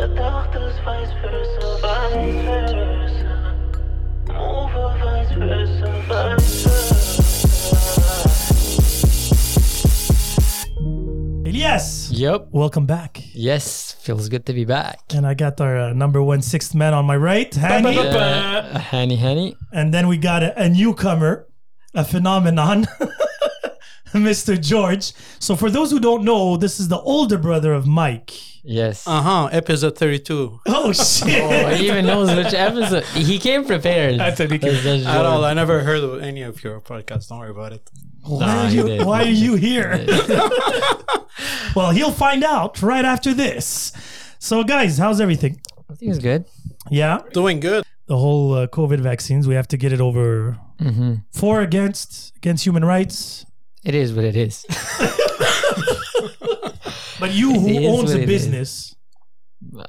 us vice versa, vice versa. Move or vice versa, vice versa. Elias, Yep. welcome back. Yes, feels good to be back. And I got our uh, number one sixth man on my right, Hani. Uh, Hanny Hanny. And then we got a, a newcomer, a phenomenon, Mr. George. So, for those who don't know, this is the older brother of Mike. Yes. Uh huh. Episode 32. Oh, shit. Oh, he even knows which episode. He came prepared. I said he came- That's- that's At all. George. I never heard of any of your podcasts. Don't worry about it. why, Nah, are he you, did. why are you here? well, he'll find out right after this. So, guys, how's everything? I think it's good. Yeah, Doing good. the whole uh, COVID vaccines, we have to get it over Mm-hmm. for, against, against human rights. It is what it is. But you It who is owns what a it is. business,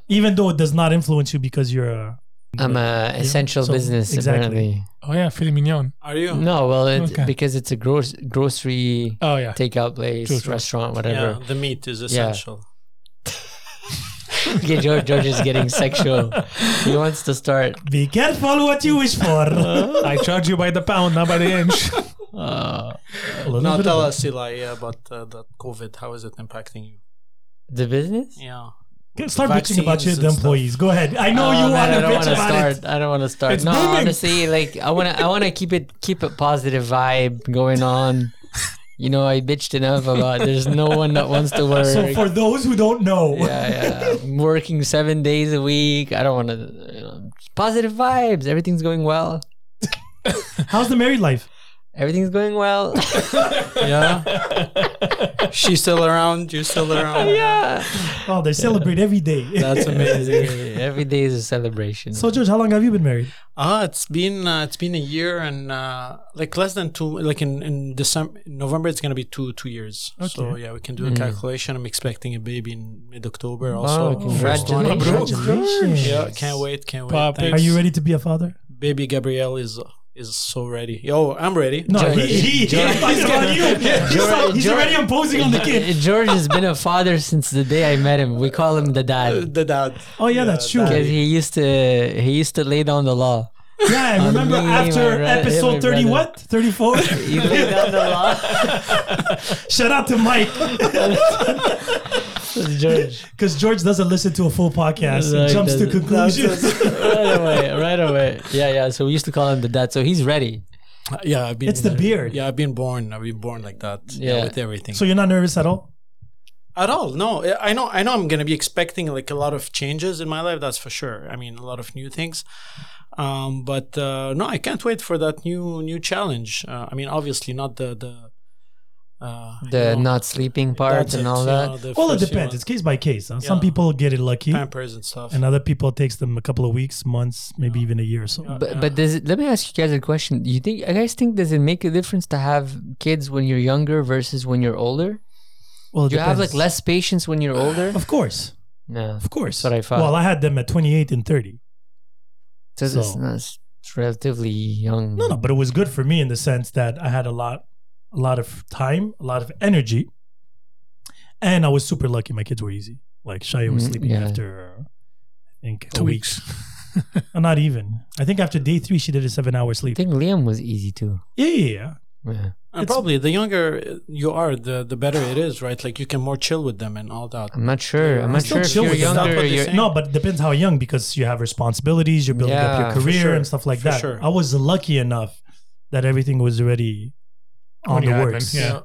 even though it does not influence you because you're a I'm a essential so- business exactly. apparently. Oh yeah, filet mignon. Are you? No, well, it, Okay. because it's a gross grocery Oh yeah. takeout place, True, true. restaurant, Yeah, whatever. the meat is essential. Okay, George, George is getting sexual. He wants to start. be careful what you wish for. A I charge you by the pound, not by the inch. Uh, little Now bit tell of- us, Eli, yeah, about uh, that COVID. How is it impacting you? the business? Yeah. Start bitching about your Vaccines and employees. Go ahead. I know Oh, you man, want I to don't bitch wanna about start. it. I don't want to start. It's no, booming. honestly, like I want to, I want to keep it, keep it positive vibe going on. You know, I bitched enough about. There's no one that wants to work. So for those who don't know, yeah, yeah. I'm working seven days a week. I don't want to. You know, positive vibes. Everything's going well. how's the married life? Everything's going well. Yeah. She's still around. You're still around. yeah. Oh, they celebrate every day. That's amazing. Every day is a celebration. So George, how long have you been married? Ah, it's been uh, it's been a year and uh, like less than two. Like in in December, in November, it's gonna be two two years. So Okay. yeah, we can do a calculation. I'm expecting a baby in mid October. Also, Wow, First one. Oh, congratulations. Congratulations. Yeah, can't wait, can't wait. Pop it. Are Thanks. you ready to be a father? Baby Gabrielle is is so ready. Yo, I'm ready. No, George- he, he, he's George- talking about you. He's, George- he's already George- imposing on the kid. George has been a father since the day I met him. We call him the dad the dad. Oh yeah, that's true. because he used to he used to lay down the law. Yeah, I remember me, my after brother- my episode thirty brother. what thirty four. He laid down the law. Shout out to Mike George. because George doesn't listen to a full podcast. No, and he jumps to doesn't. conclusions. Right away, right away. Yeah, yeah. So we used to call him the dad. So he's ready. Yeah, I've been. It's the beard. Yeah, I've been born. I've been born like that. Yeah, Yeah. with everything. So you're not nervous at all. at all no i know i know i'm gonna be expecting like a lot of changes in my life that's for sure i mean a lot of new things um but uh no i can't wait for that new new challenge uh, i mean obviously not the the uh The you know, not sleeping part that's and it, all you that. know, the Well, it first few depends. It's months, case by case. huh? Some Yeah. people get it lucky, pampers and stuff and other people it takes them a couple of weeks, months, maybe even a year or so. But, but does it, let me ask you guys a question. You think I guys think does it make a difference to have kids when you're younger versus when you're older? Well, it Do you have like depends. less patience when you're older? Of course, No, of course. what I thought. Well, I had them at 28 and 30. this is so- not, it's relatively young. No, no, but it was good for me in the sense that I had a lot, a lot of time, a lot of energy, and I was super lucky. My kids were easy. Like Shia was Mhm, sleeping yeah. after, uh, I think Two a week. weeks. Uh, Not even. I think after day three, she did a seven-hour I sleep. think Liam was easy too. Yeah, yeah, yeah. Yeah. and probably the younger you are the the better it is right like you can more chill with them and all that I'm not sure. I'm I'm not still sure if chill you're with them. That's younger. what they You're, say. No, but it depends how young because you have responsibilities, you're building Yeah, up your for career sure, and stuff like for that. sure. I was lucky enough that everything was already on Already the happened, works. yeah.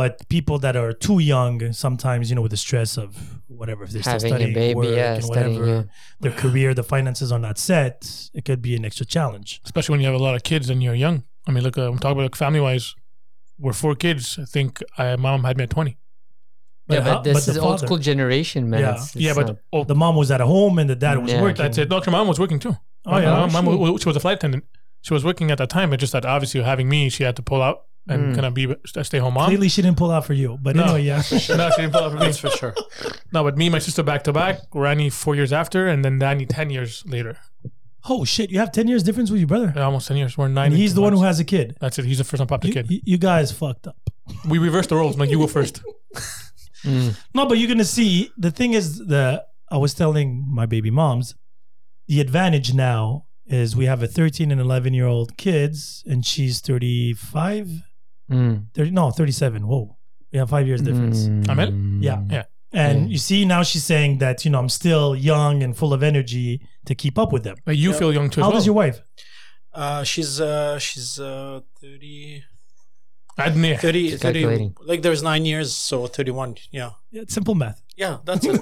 But people that are too young, sometimes, you know, with the stress of whatever, if they're still Having a studying, baby, work yeah, and studying, whatever, their career, the finances are not set, it could be an extra challenge. Especially when you have a lot of kids and you're young. I mean, look, uh, I'm talking about like, family wise. We're four kids. I think I, my mom had me at 20. yeah, how- but this the is old father- school generation, man. Yeah. It's- yeah, it's but not- oh, The mom was at home and the dad was Yeah. working. that's it. Doctor, mom was working too. Oh, yeah. My mom, wa- wa- she was a flight attendant. She was working at that time. It's just that obviously having me, she had to pull out and kind of be a stay home mom. Hmm. Clearly, she didn't pull out for you. But anyway, yeah. no, she didn't pull out for me. that's for sure No, but me and my sister back to back, Rani four years after, and then Danny 10 years later. oh, shit. You have 10 years difference with your brother. Yeah, Almost 10 years. We're nine. And he's two the one who months. has a kid. That's it. He's the first one popped the You, kid. you- you guys fucked up. We reversed the roles. Like, you go first. mm, No, but you're gonna see. The thing is, the I was telling my baby moms, the advantage now is we have a 13 and 11 year old kids, and she's 35, Mm. 30, no, 37. Whoa, we have five years difference. Ahmed? Yeah. Yeah. And Yeah. you see, now she's saying that, you know, I'm still young and full of energy to keep up with them. But you Yeah. feel young too. How as old well. is your wife? Uh, she's uh, she's uh, 30, Adnir. 30, 30 calculating. like there's nine years, so 31. Yeah. Yeah, it's simple math. Yeah, that's it.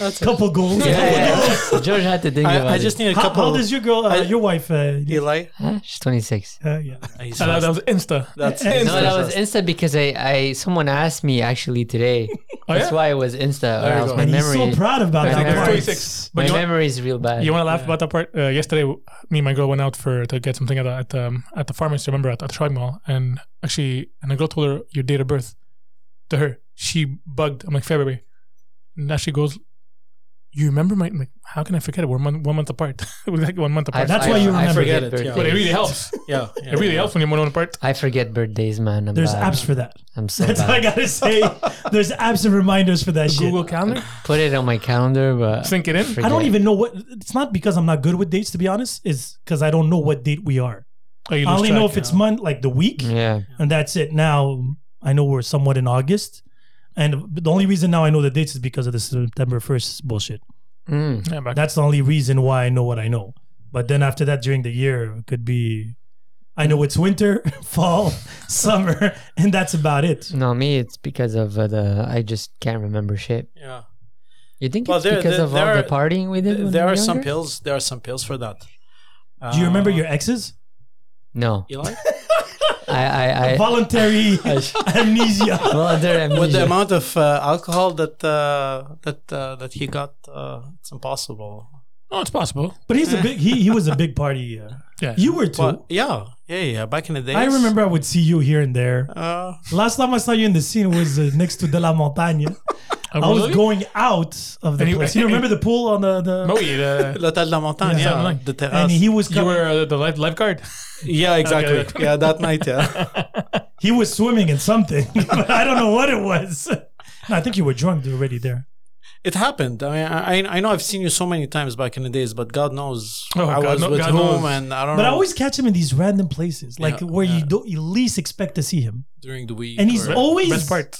that's it. Couple goals. Yeah, yeah, yeah. George had to think about I, I it. just need a How, couple. how old is your girl, uh, I- your wife? Uh, Eli? Huh? She's 26. uh, yeah. He's Ah, that, fast. that was Insta. That's No, it. No, that was Insta because I, I someone asked me actually today. Oh, That's yeah? why it was Insta. Or There you else go. my And he's memory, so proud about I My think that it's memory. part. 26. But my you know- memory is real bad. You want to laugh Yeah. about that part? Uh, yesterday, me and my girl went out for to get something at the, at, the, um, at the pharmacy. Remember at, at the shopping mall, and actually, and a girl told her your date of birth to her. She bugged. I'm like February, and now she goes, "You remember my? I'm like, how can I forget it? We're one, one month apart. We're like one month apart. that's why you remember forget forget it, yeah. but it birthdays. really helps. Yeah, yeah. It really helps when you're one month apart. I forget birthdays, man. I'm There's bad. apps for that. I'm so That's all I bad. gotta say. There's apps and reminders for that shit. Google Calendar, Put it on my calendar, but sync it in. forget. I don't even know what. It's not because I'm not good with dates, to be honest. It's because I don't know what date we are. Oh, you I lose only track. know if it's month, like the week, Yeah. and that's it. Now I know we're somewhat in August, and the only reason now I know the dates is because of the September 1st bullshit. Mm. Yeah, back- That's the only reason why I know what I know. But then after that, during the year, it could be. I know it's winter, fall, summer, and that's about it. No, me, it's because of uh, the. I just can't remember shit. Yeah. You think Well, it's there- because there- of there all are- the partying we did? Th- when There we are were some younger? pills. There are some pills for that. Do you remember Uh, your exes? No, Eli? I, I, Eh. I. Voluntary amnesia. well, there. With amnesia. the amount of uh, alcohol that uh, that uh, that he got, uh, it's impossible. no, it's possible. But he's a big. He he was a big party. Uh, Yeah, you were too. But yeah, yeah, yeah. Back in the days, I remember I would see you here and there. Uh, Last time I saw you in the scene was uh, next to De La Montagne. I was Oh, really? going out of the And you- place. You remember the pool on the, the No, you, uh, L'Hôtel de la Montagne, Yeah, yeah, like- the terrace. and he was you co- were uh, the life, lifeguard. yeah, exactly. Okay. Yeah, that night, yeah. he was swimming in something, but I don't know what it was. No, I think you were drunk already there. It happened. I mean, I, I know I've seen you so many times back in the days, but God knows Oh, I God was kno- with God whom, knows. and I don't But know. I always catch him in these random places, like Oh. Yeah, where you yeah. don't you least expect to see him, during the week, and he's or- always Best part.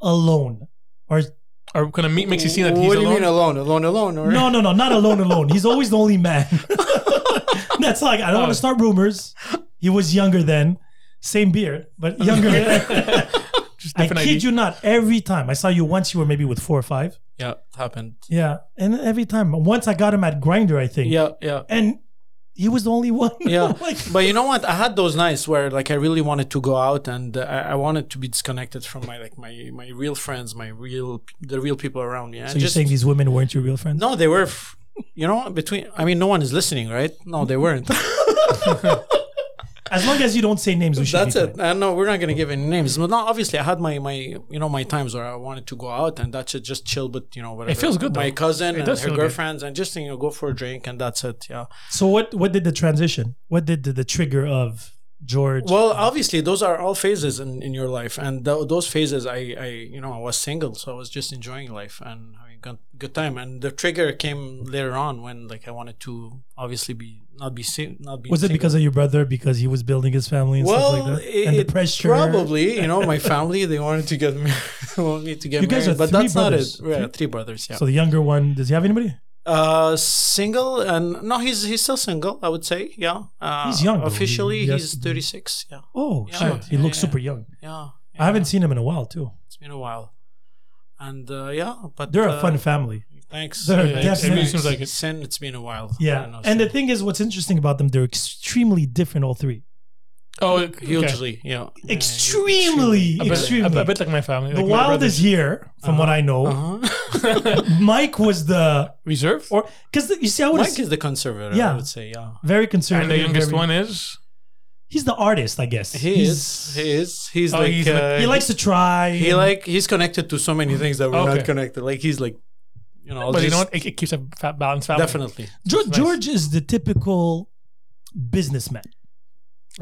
alone. Or Or kind of meet makes you see that he's What do you alone. mean alone? Alone, alone? Or no, no, no, not alone, alone. He's always the only man. That's like I don't want Oh. to start rumors. He was younger then, same beard, but younger. Just I different kid ID. you not. Every time I saw you once, you were maybe with four or five. Yeah, it happened. Yeah, and every time once I got him at Grinder, I think. Yeah, yeah. and he was the only one. Yeah, like but you know what? I had those nights where like I really wanted to go out and uh, I, I wanted to be disconnected from my like my my real friends, my real the real people around me. I so you're saying these women weren't your real friends? no, they were, f- you know, between. I mean, no one is listening, right? No, they weren't. As long as you don't say names, we should. That's be it. Uh, no, we're not gonna give any names. But no, obviously, I had my my you know my times where I wanted to go out and that should just chill, but you know whatever. feels good, My though. cousin and does her feel good. girlfriends and just you know go for a drink and that's it. Yeah. So what? What did the transition? What did the, the trigger of George? Well, obviously, those are all phases in, in your life, and tho- those phases, I, I, you know, I was single, so I was just enjoying life and having good, good time. And the trigger came later on when, like, I wanted to obviously be not be si- not be. was it because of your brother? Because he was building his family and well, stuff like that, it, and the it pressure. Probably, you know, my family they wanted to get married, wanted me to get You guys married, are but three that's brothers. not it. Yeah, Three- three brothers. Yeah. So the younger one, does he have anybody? uh, single and no, he's he's still single. I would say, yeah. Uh, He's young, though. Officially, He- he has- he's thirty six. Yeah, Oh Yeah, shit, he yeah, looks yeah. super young. yeah. I haven't yeah. seen him in a while too. It's been a while. And uh, yeah, but They're a uh, fun family. Thanks. They're Yeah, Yeah, it- it really definitely- seems like it. Sin, it's been a while. I don't Yeah, know, and the Sin. thing is, what's interesting about them, they're extremely different, all three. Oh, okay. hugely, yeah, yeah, Extremely, A bit, extremely. A, bit like my family. The like my Wild brothers. is here, from what Uh-huh. I know. Mike was the reserve, or because you see, I would Mike have is the conservative. Yeah. I would say, yeah. very conservative. and the youngest very- one is. He's the artist, I guess. He He's- is. He is. He's Oh, like. he's like- uh, He likes to try. He and- like. He's connected to so many things that we're Okay. not connected. Like he's like. You know. I'll But you just- know what? Um, It, it keeps a fa- balanced family. Definitely. George, nice. George is the typical businessman.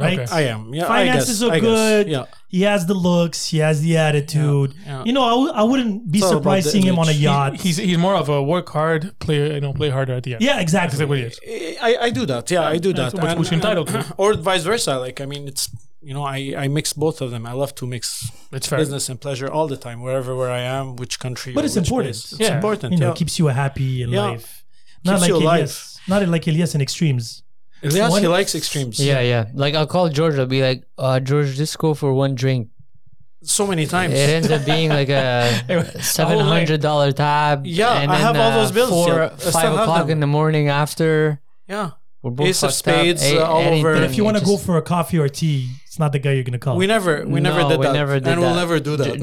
right? Okay. I am. Yeah, Finances I guess, are I guess. good. Yeah, He has the looks, he has the attitude. yeah. You know, I w- I wouldn't be It's all about surprised the seeing him on a image. yacht. He's he's more of a work hard, play you know, play harder at the end. yeah, that's like what exactly. he is. I, I do that. Yeah, I do that. that's what- which entitled to. or vice versa. Like I mean, it's you know, I I mix both of them. I love to mix It's fair. business and pleasure all the time, wherever where I am, which country. But or it's which important. place. It's Yeah. important. You know, yeah. keeps you happy in Yeah. life. Not Keeps like you alive. Elias. Not like Elias in extremes. Elias, one- he likes extremes. Yeah, yeah. Like I'll call George. I'll be like, uh, George, just go for one drink. so many times. It ends up being like a seven hundred dollar tab. Yeah, and I then, uh, have all those bills Four, yet. I still five have o'clock them. in the morning after. Yeah, We're both Ace of fucked up. spades, uh, all over. But if you it want to go just- for a coffee or tea, it's not the guy you're going to call. we never we never No, did we that, never did and we'll that. never do that.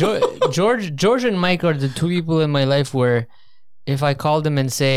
George, George, George and Mike are the two people in my life where, if I call them and say,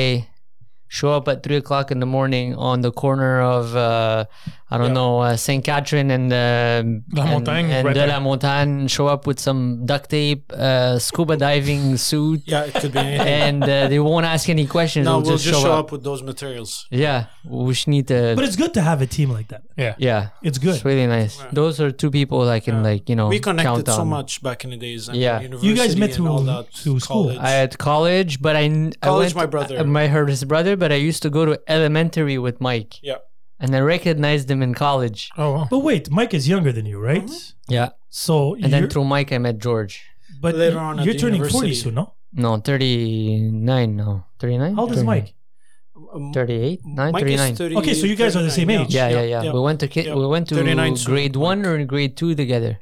show up at three o'clock in the morning on the corner of, uh, I don't know, uh, Saint Catherine and um, La and- Montagne, and right De there. La Montagne, show up with some duct tape, uh, scuba diving suit, yeah, it could be anything. and uh, they won't ask any questions. No, they'll we'll just show up with those materials. Yeah, we should need to. but it's good to have a team like that. Yeah. yeah, It's good. it's really nice. Those are two people I can like you know We count connected so on. much back in the days. I Yeah. mean, You guys university met and through- all that, through school. college. I had college, but I kn- I College, went, my brother. uh, my her his brother, but I used to go to elementary with Mike, yeah, and I recognized him in college. Oh, wow. But wait, Mike is younger than you, right? Yeah, So and you're- then through Mike I met George. but Later on at you're the turning 40 university. soon, no? No, thirty nine. No, thirty nine. How old is Mike? Um, Thirty eight. Nine. Mike Thirty is nine. 30 Okay, so you guys are the same 39, age. Yeah, yeah, yeah, We went to ki- yeah. we went to 39 soon, grade one or grade two together.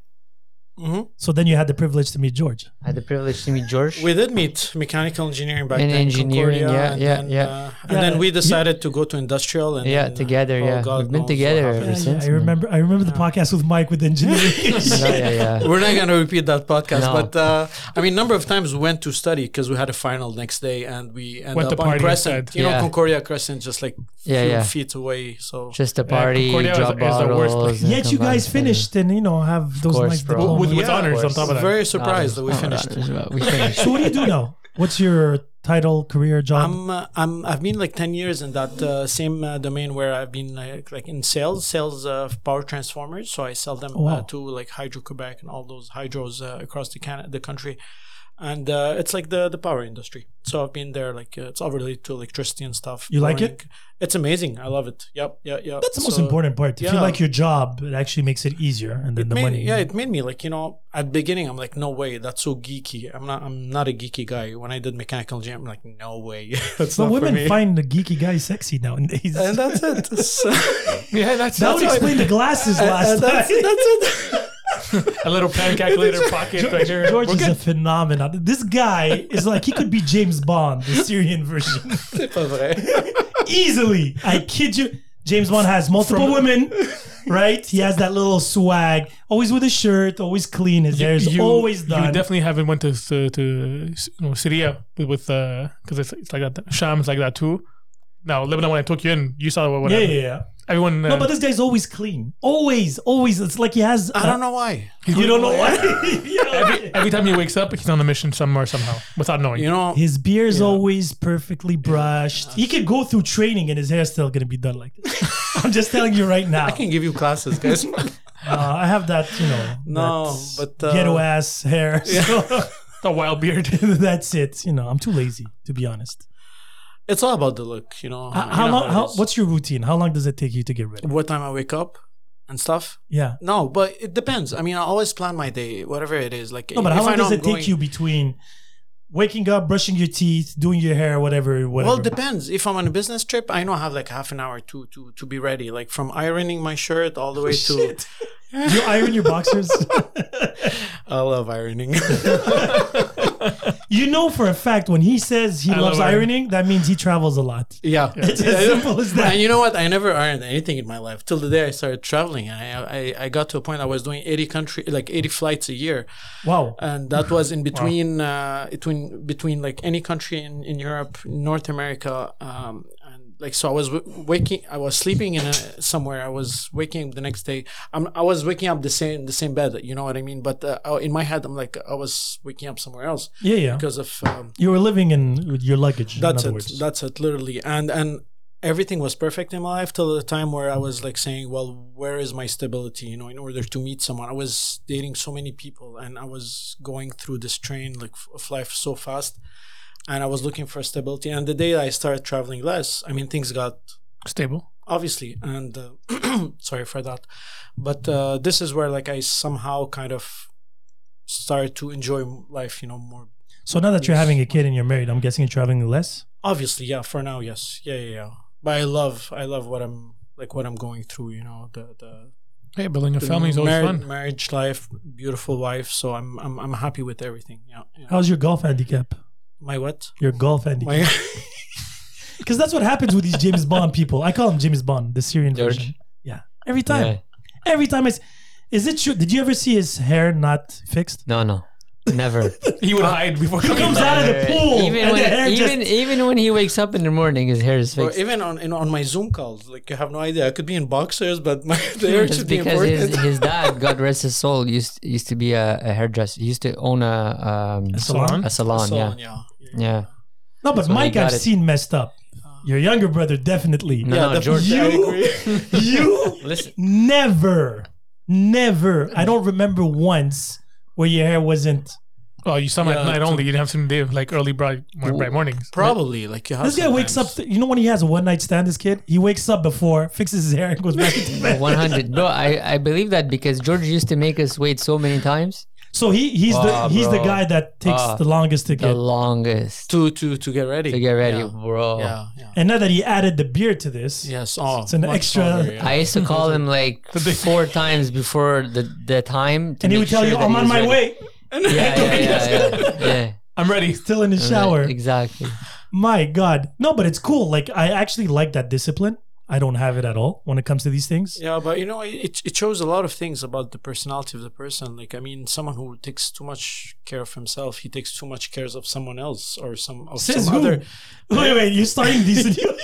Mhm. So then you had the privilege to meet George. I had the privilege to meet George. We did meet mechanical engineering back In then. engineering, Concordia, yeah, and yeah, then, yeah. Uh, and Yeah, then we you- decided to go to industrial. And yeah, then, uh, together. oh, yeah, God we've been knows what together happened. ever Yeah, yeah, since. I man. remember. I remember the podcast with Mike with the engineering. Yeah, yeah, yeah. We're not gonna repeat that podcast, No. but uh, I mean, number of times we went to study because we had a final next day, and we ended Went to up on party Crescent. instead. You know, Yeah. Concordia Crescent, just like Yeah, few yeah. feet away. So Just a party, Concordia is- drop is the worst bottles. place. and Yet you come back guys and- finished and you know have those course, nice bro. diplomas. with, with Yeah, honors on course. top of that. very surprised that we Not finished. as well. We finished. so what do you do now? What's your title, career, job? I'm, uh, I'm, I've been like 10 years in that uh, same uh, domain where I've been like, like in sales, sales of power transformers. So I sell them Wow. uh, to like Hydro Quebec and all those hydros uh, across the Can- the country. And uh, it's like the, the power industry. So I've been there, like uh, it's all related to electricity and stuff. You like it? boring. It's amazing. I love it. Yep, yeah, yeah. That's the most So- important part. If you yeah. like your job, it actually makes it easier, and then it the made, money. Yeah, it made me like you know at the beginning I'm like no way that's so geeky. I'm not I'm not a geeky guy. When I did mechanical engineering, I'm like no way that's but not for women me. find the geeky guy sexy nowadays. and that's it. Yeah, that's, that would that's explain the glasses And last that's, that's night. it. a little pen calculator pocket right here. George We're is good. a phenomenon. This guy is like he could be James Bond, the Syrian version, C'est pas vrai. easily. I kid you. James Bond has multiple women, right? He has that little swag, always with a shirt, always clean. His hair is always done. You definitely haven't went to to, to you know, Syria with- with because it's, it's like that. Sham is like that too. Now Lebanon, when I took you in, you saw what, what yeah, yeah, happened. yeah. Everyone, uh, No, but this guy's always clean. Always, always. It's like he has. I don't know why. You don't know why. You know? e-, every time he wakes up, he's on a mission somewhere somehow without knowing. You know, His beer is always perfectly brushed. He could go through training and his hair's still gonna be done like this. I'm just telling you right now. I can give you classes, guys. Uh, I have that, you know, No, that but, uh, ghetto ass hair. So the wild beard. that's it. You know, I'm too lazy to be honest. it's all about the look, you know. How, You how know long? it How, is. what's your routine? How long does it take you to get ready? what time I wake up and stuff? Yeah. No, but it depends. I mean, I always plan my day, whatever it is. Like, No, but how if I long know does I'm it going- take you between waking up, brushing your teeth, doing your hair, whatever, whatever? Well, depends. If I'm on a business trip, I know I have like half an hour to to to be ready, like from ironing my shirt all Oh, the way to. you iron your boxers. I love ironing. you know for a fact when he says he I loves love ironing. ironing, that means he travels a lot. yeah. It's as simple as that. And you know what? I never ironed anything in my life till the day I started traveling. I, I I got to a point I was doing eighty country like eighty flights a year, Wow. and that was in between uh, between between like any country in, in Europe, North America, um, and like so I was w- waking, I was sleeping in a, somewhere. I was waking up the next day. I'm, I was waking up the same the same bed. You know what I mean? But uh, I- in my head, I'm like I was waking up somewhere else Yeah, yeah. because of. Um, You were living in with your luggage. in that's other it. words. That's it. Literally, and and everything was perfect in my life till the time where I was like saying, well, where is my stability? You know, in order to meet someone, I was dating so many people and I was going through this train like f- of life so fast, and I was looking for stability. And the day I started traveling less, I mean, things got Stable. obviously and uh, sorry for that but uh, this is where like i somehow kind of started to enjoy life you know more So now that you're having a kid and you're married, I'm guessing you're traveling less. obviously yeah for now yes yeah yeah yeah but i love i love what i'm like what i'm going through you know the the, Hey, building a the family is always mar- fun. marriage life beautiful wife so i'm i'm, I'm happy with everything yeah, yeah. How's your golf handicap? my what Your golf handicap. my Because that's what happens with these James Bond people. I call him James Bond, the Syrian George. version. Yeah. Every time. Every time it's. Is it true? Did you ever see his hair not fixed? No, no, never. He would hide before He coming. comes out of the pool. even and the hair when even, just, even when he wakes up in the morning, his hair is or fixed. even on in, on my zoom calls like you have no idea i could be in boxers but my the hair Just should be because important his, his dad, God rest his soul, used used to be a, a hairdresser. He used to own a um, Salon. a salon. So, yeah, yeah, yeah. yeah. no, but when he Mike, got I've it. seen messed up. Your younger brother, definitely. No, no, George. I You- agree. you Listen, never, never. I don't remember once where your hair wasn't. Oh, you saw him Yeah, at night so- only. You didn't have some day like early bright, mor- bright mornings. Probably like you have This guy wakes up. sometimes. you know when he has a one night stand. This kid, he wakes up before, fixes his hair, and goes back to bed. one hundred, bro. I, I believe that because George used to make us wait so many times. So he he's Ah, the he's the bro. guy that takes Ah, the longest to get. The longest to to to get ready. to get ready, Yeah, bro. yeah. yeah. and now that he added the beard to this, Yes. Oh, It's an much extra- longer, yeah. I used to call him like four times before the, the time. to and he make would tell sure you, that "I'm he on was my ready." way." Yeah, yeah, yeah, yeah, yeah. I'm ready. Still in the shower. Exactly. My God, no, but it's cool. Like I actually like that discipline. I don't have it at all when it comes to these things. Yeah, but you know, it it shows a lot of things about the personality of the person. Like, I mean, someone who takes too much care of himself, he takes too much care of someone else or some of Says some who? other. Wait, wait, you're starting these. new-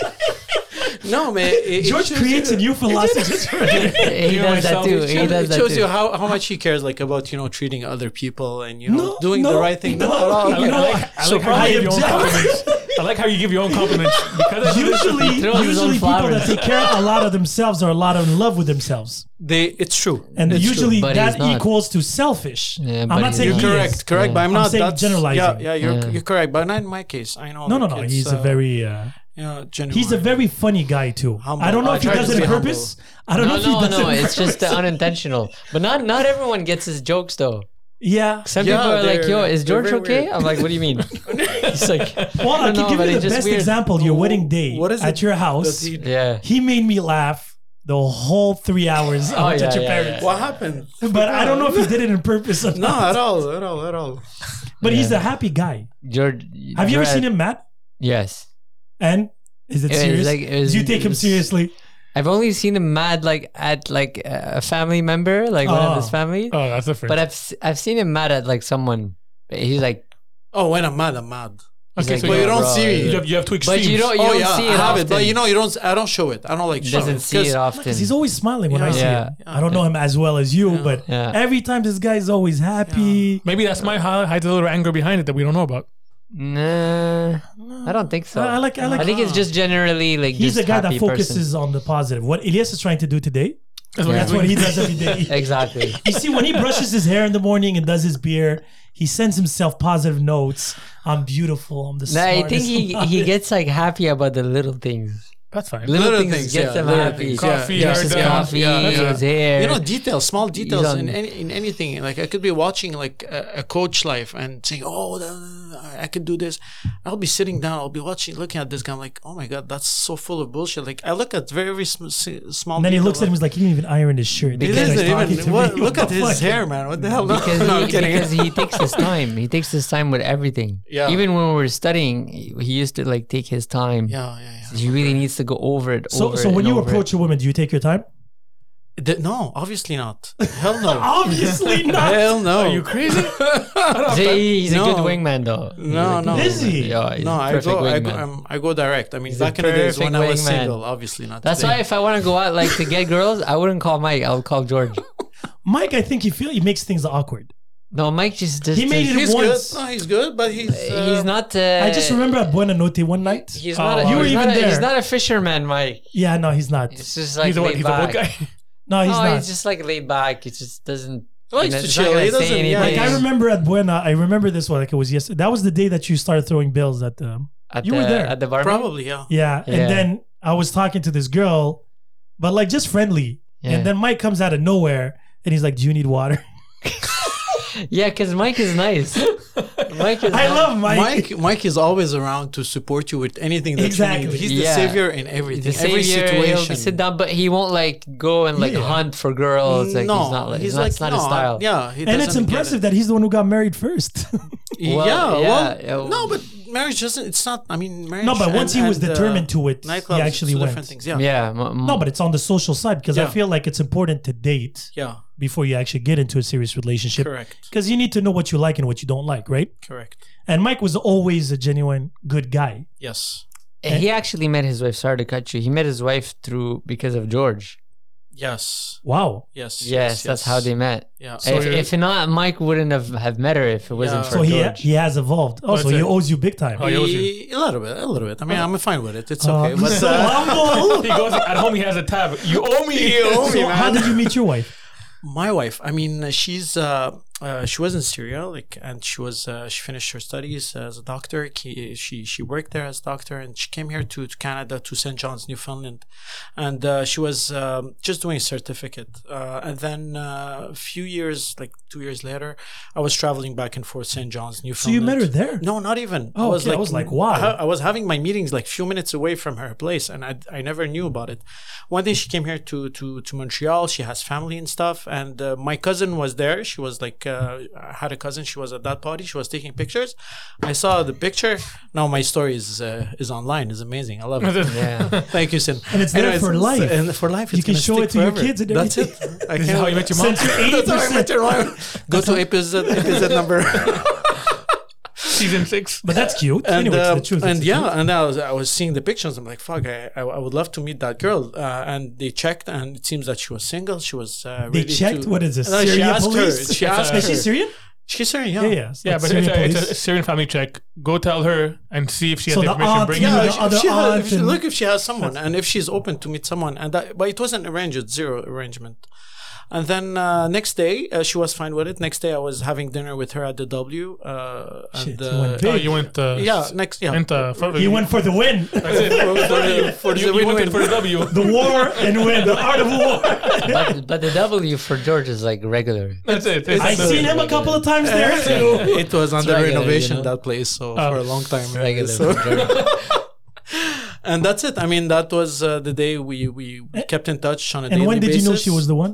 No man, it- it George shows creates you- a new philosophy. just for him. He does that too. It He shows, does it that shows you too. how, how much he cares, like about you know treating other people and you know No, doing no, the right thing. no, no, okay. no. I like how I you give your own object. compliments. I like how you give your own compliments because I do this- usually, throws his own usually people that flowers. take care a lot of themselves are a lot in love with themselves, they it's true. and It's true. usually But that he's not. equals to selfish. Yeah, I'm but not he's saying not. You're he is. correct, correct. Yeah. But I'm I'm not. saying that's, generalizing. Yeah, yeah, you're Yeah. you're correct. But not in my case. I know. No, no, like, no. it's, He's a uh, very uh, yeah, genuine. he's a very funny guy too. Humble. I don't know I if he try does to it on stay purpose. I don't know No, if he no, does no. it. on It's just purpose. uh, unintentional. But not not everyone gets his jokes though. yeah. Some Yeah, people are like, they're- "Yo, is they're George very okay?" weird. I'm like, "What do you mean?" It's like, Well, I I can don't know, give but you it's the just best weird. example. Your wedding day What is at it your house. that he- yeah. he made me laugh the whole three hours I Oh, was yeah, at your yeah, parents. What happened? But I don't know if he did it on purpose or No, not. at all, at all, at all. But he's a happy guy. George. Have you ever Brad- seen him mad? Yes. And is it, It was serious? like- it was- Do you take it him was- seriously? I've only seen him mad like at like a family member, like one Oh. of his family. Oh, that's different. uh, But I've s- I've seen him mad at like someone. He's like, Oh, when I'm mad, I'm mad. okay, like, so But you you don't. don't bro, see You it. have, you have two but extremes. you don't you oh don't yeah, see I it have often. it, but you know, you don't. I don't show it. I don't like show doesn't it. see 'cause- it often. Because he's always smiling when I see Yeah. him. I don't know him as well as you, but Yeah. every time this guy is always happy. Maybe that's my hi- hides a little anger behind it that we don't know about. Nah, I don't think so. I like- I like- think it's just generally like He's just a guy that happy focuses on the positive. What Elias is trying to do today, That's what, that's what he does every Person. day. Exactly. You see, when he brushes his hair in the morning and does his beer, he sends himself positive notes. I'm beautiful. I'm the No, I smartest. think he he gets like happy about the little things. That's fine. Little, Little things, things, gets yeah, him little happy. things, yeah. Coffee, Yeah, his yeah, coffee, yeah, yeah. his hair. You know, details, small details on- in any in anything. Like I could be watching like a, a coach life and saying, "Oh, da- da- da, I- I could do this." I'll be sitting down. I'll be watching, looking at this guy. I'm like, "Oh my god, that's so full of bullshit." Like I look at very very sm- s- small. And then he detail, looks at him. like, He's like, he didn't even iron his shirt. It This guy's isn't talking to even. me. What, look at the his fuck? hair, man. What the hell? No, because, no, he, I'm kidding. because he takes his time. He takes his time with everything. Yeah. Even when we were studying, he he used to like take his time. yeah, yeah, yeah. He really needs to go over it. So, over so it when and you over it. approach a woman, do you take your time? The- no, obviously not. Hell no. Obviously not. Hell no. Are you crazy? See, he's a No. good wingman though. He's No, a good no. Is he? wingman. Yeah, he's no, a I perfect go, I go, wingman. um, I go direct. I mean, a back in the days when I was perfect wingman. single, obviously not. That's why today. if I want to go out like to get girls, I wouldn't call Mike. I would call George. Mike, I think he feel he makes things awkward. No, Mike just does. He made it He's once. good. No, he's good, but he's uh, He's not. Uh, I just remember at Buena Notte one night. He's Oh, not. a, wow. You were he's even not a, there. He's not a fisherman, Mike. yeah, no, he's not. It's just like he's the one. laid He's the back. wood guy. No, he's no, not. Oh, he's just like laid back. He just doesn't. He likes and to it's not chill. gonna He say doesn't- yeah, like anything I remember at Buena, I remember this one. Like it was yesterday. That was the day that you started throwing bills at the. At You the, were there. at the bar. probably yeah. Yeah, Yeah. and then I was talking to this girl, but like just friendly. Yeah. And then Mike comes out of nowhere and he's like, "Do you need water?" Yeah, because Mike is nice. Mike is. I nice. love Mike. Mike, Mike is always around to support you with anything that you Exactly. need. He's Yeah. the savior in He's everything, the every savior, He'll situation. be sit down, but he won't like go and like Yeah. hunt for girls. Like he's not like, he's not, it's not no, his style. Yeah, he and it's doesn't get impressive it. that he's the one who got married first. Well, yeah, yeah, well, yeah. no, but marriage doesn't. It's not. I mean, marriage. no, but once and- he was and, uh, determined to it, nightclubs, he actually it's two went. different things. Yeah, yeah, Yeah. No, but it's on the social side because I Yeah. feel like it's important to date before you actually get into a serious relationship correct, because you need to know what you like and what you don't like, right? correct. And Mike was always a genuine good guy. Yes, he actually met his wife. Sorry to cut you. He met his wife through because of George. yes, Wow. yes, Yes, that's how they met. Yeah, So if, you're- if not, Mike wouldn't have, have met her if it wasn't Yeah. for so he George. he has evolved. Oh, so That's he it. owes you big time. Oh, yeah, was he? He- a little bit, a little bit. I mean, I'm fine with it. It's Uh, okay. he's but, so uh, humble. he goes at home. He has a tab. You owe me. You owe me, so how did you meet your wife? my wife i mean uh, she's uh, uh she was in syria like and she was uh, she finished her studies as a doctor Ki- she she worked there as a doctor and she came here to, to canada to st john's newfoundland and uh, she was um, just doing a certificate uh, and then uh, a few years like two years later i was traveling back and forth st john's So newfoundland you met her there? no, not even. Oh, okay, I was like, wow. I, I was having my meetings like few minutes away from her place, and I, I never knew about it. One day she came here to to to Montreal. She has family and stuff, and uh, my cousin was there. She was like, uh, I had a cousin. She was at that party. She was taking pictures. I saw the picture. Now my story is uh, is online. It's amazing. I love it. Yeah. Thank you, Sin. uh, And it's there for life. And for life, You it's can gonna show stick it to your forever. kids and That's it. everything. I This is can't- how you met your mom. Since you're eighty That's how I met percent, your mom. Go to episode episode number. Season six. but that's cute. and, anyway, it's uh, the truth. and It's the yeah, truth. and I was I was seeing the pictures. I'm like, fuck, I, I, I would love to meet that girl. Uh, and they checked, and it seems that she was single. She was uh, they ready checked. to- what is this? No, she Syria asked police? her. She asked her. Is she Syrian? She's Syrian, yeah. Yeah, yeah. it's Yeah, like but Syrian it's a, it's police. a Syrian family check. Go tell her and see if she has So the the information. aunt- bring yeah, it. the she- other she had- aunt if she- and- look if she has someone and if she's open to meet someone and that, but it wasn't arranged it's zero arrangement and then uh, next day uh, she was fine with it next day i was having dinner with her at the w uh, Shit, and you uh, went Oh, big. you went. Uh, yeah next yeah Went, uh, for, He went for the win, the That's it. for, for the, for the you, you went win-win. for the W. war and win, the art of war. but, but the W for George is like regular. That's it. It's- I that's seen it. him a couple of times there too. it was under regular, you renovation know? that place so Oh. for a long time Regular so- for George. and that's it i mean that was uh, the day we we we kept in touch on a Eh, And daily when did you know basis. she was the one?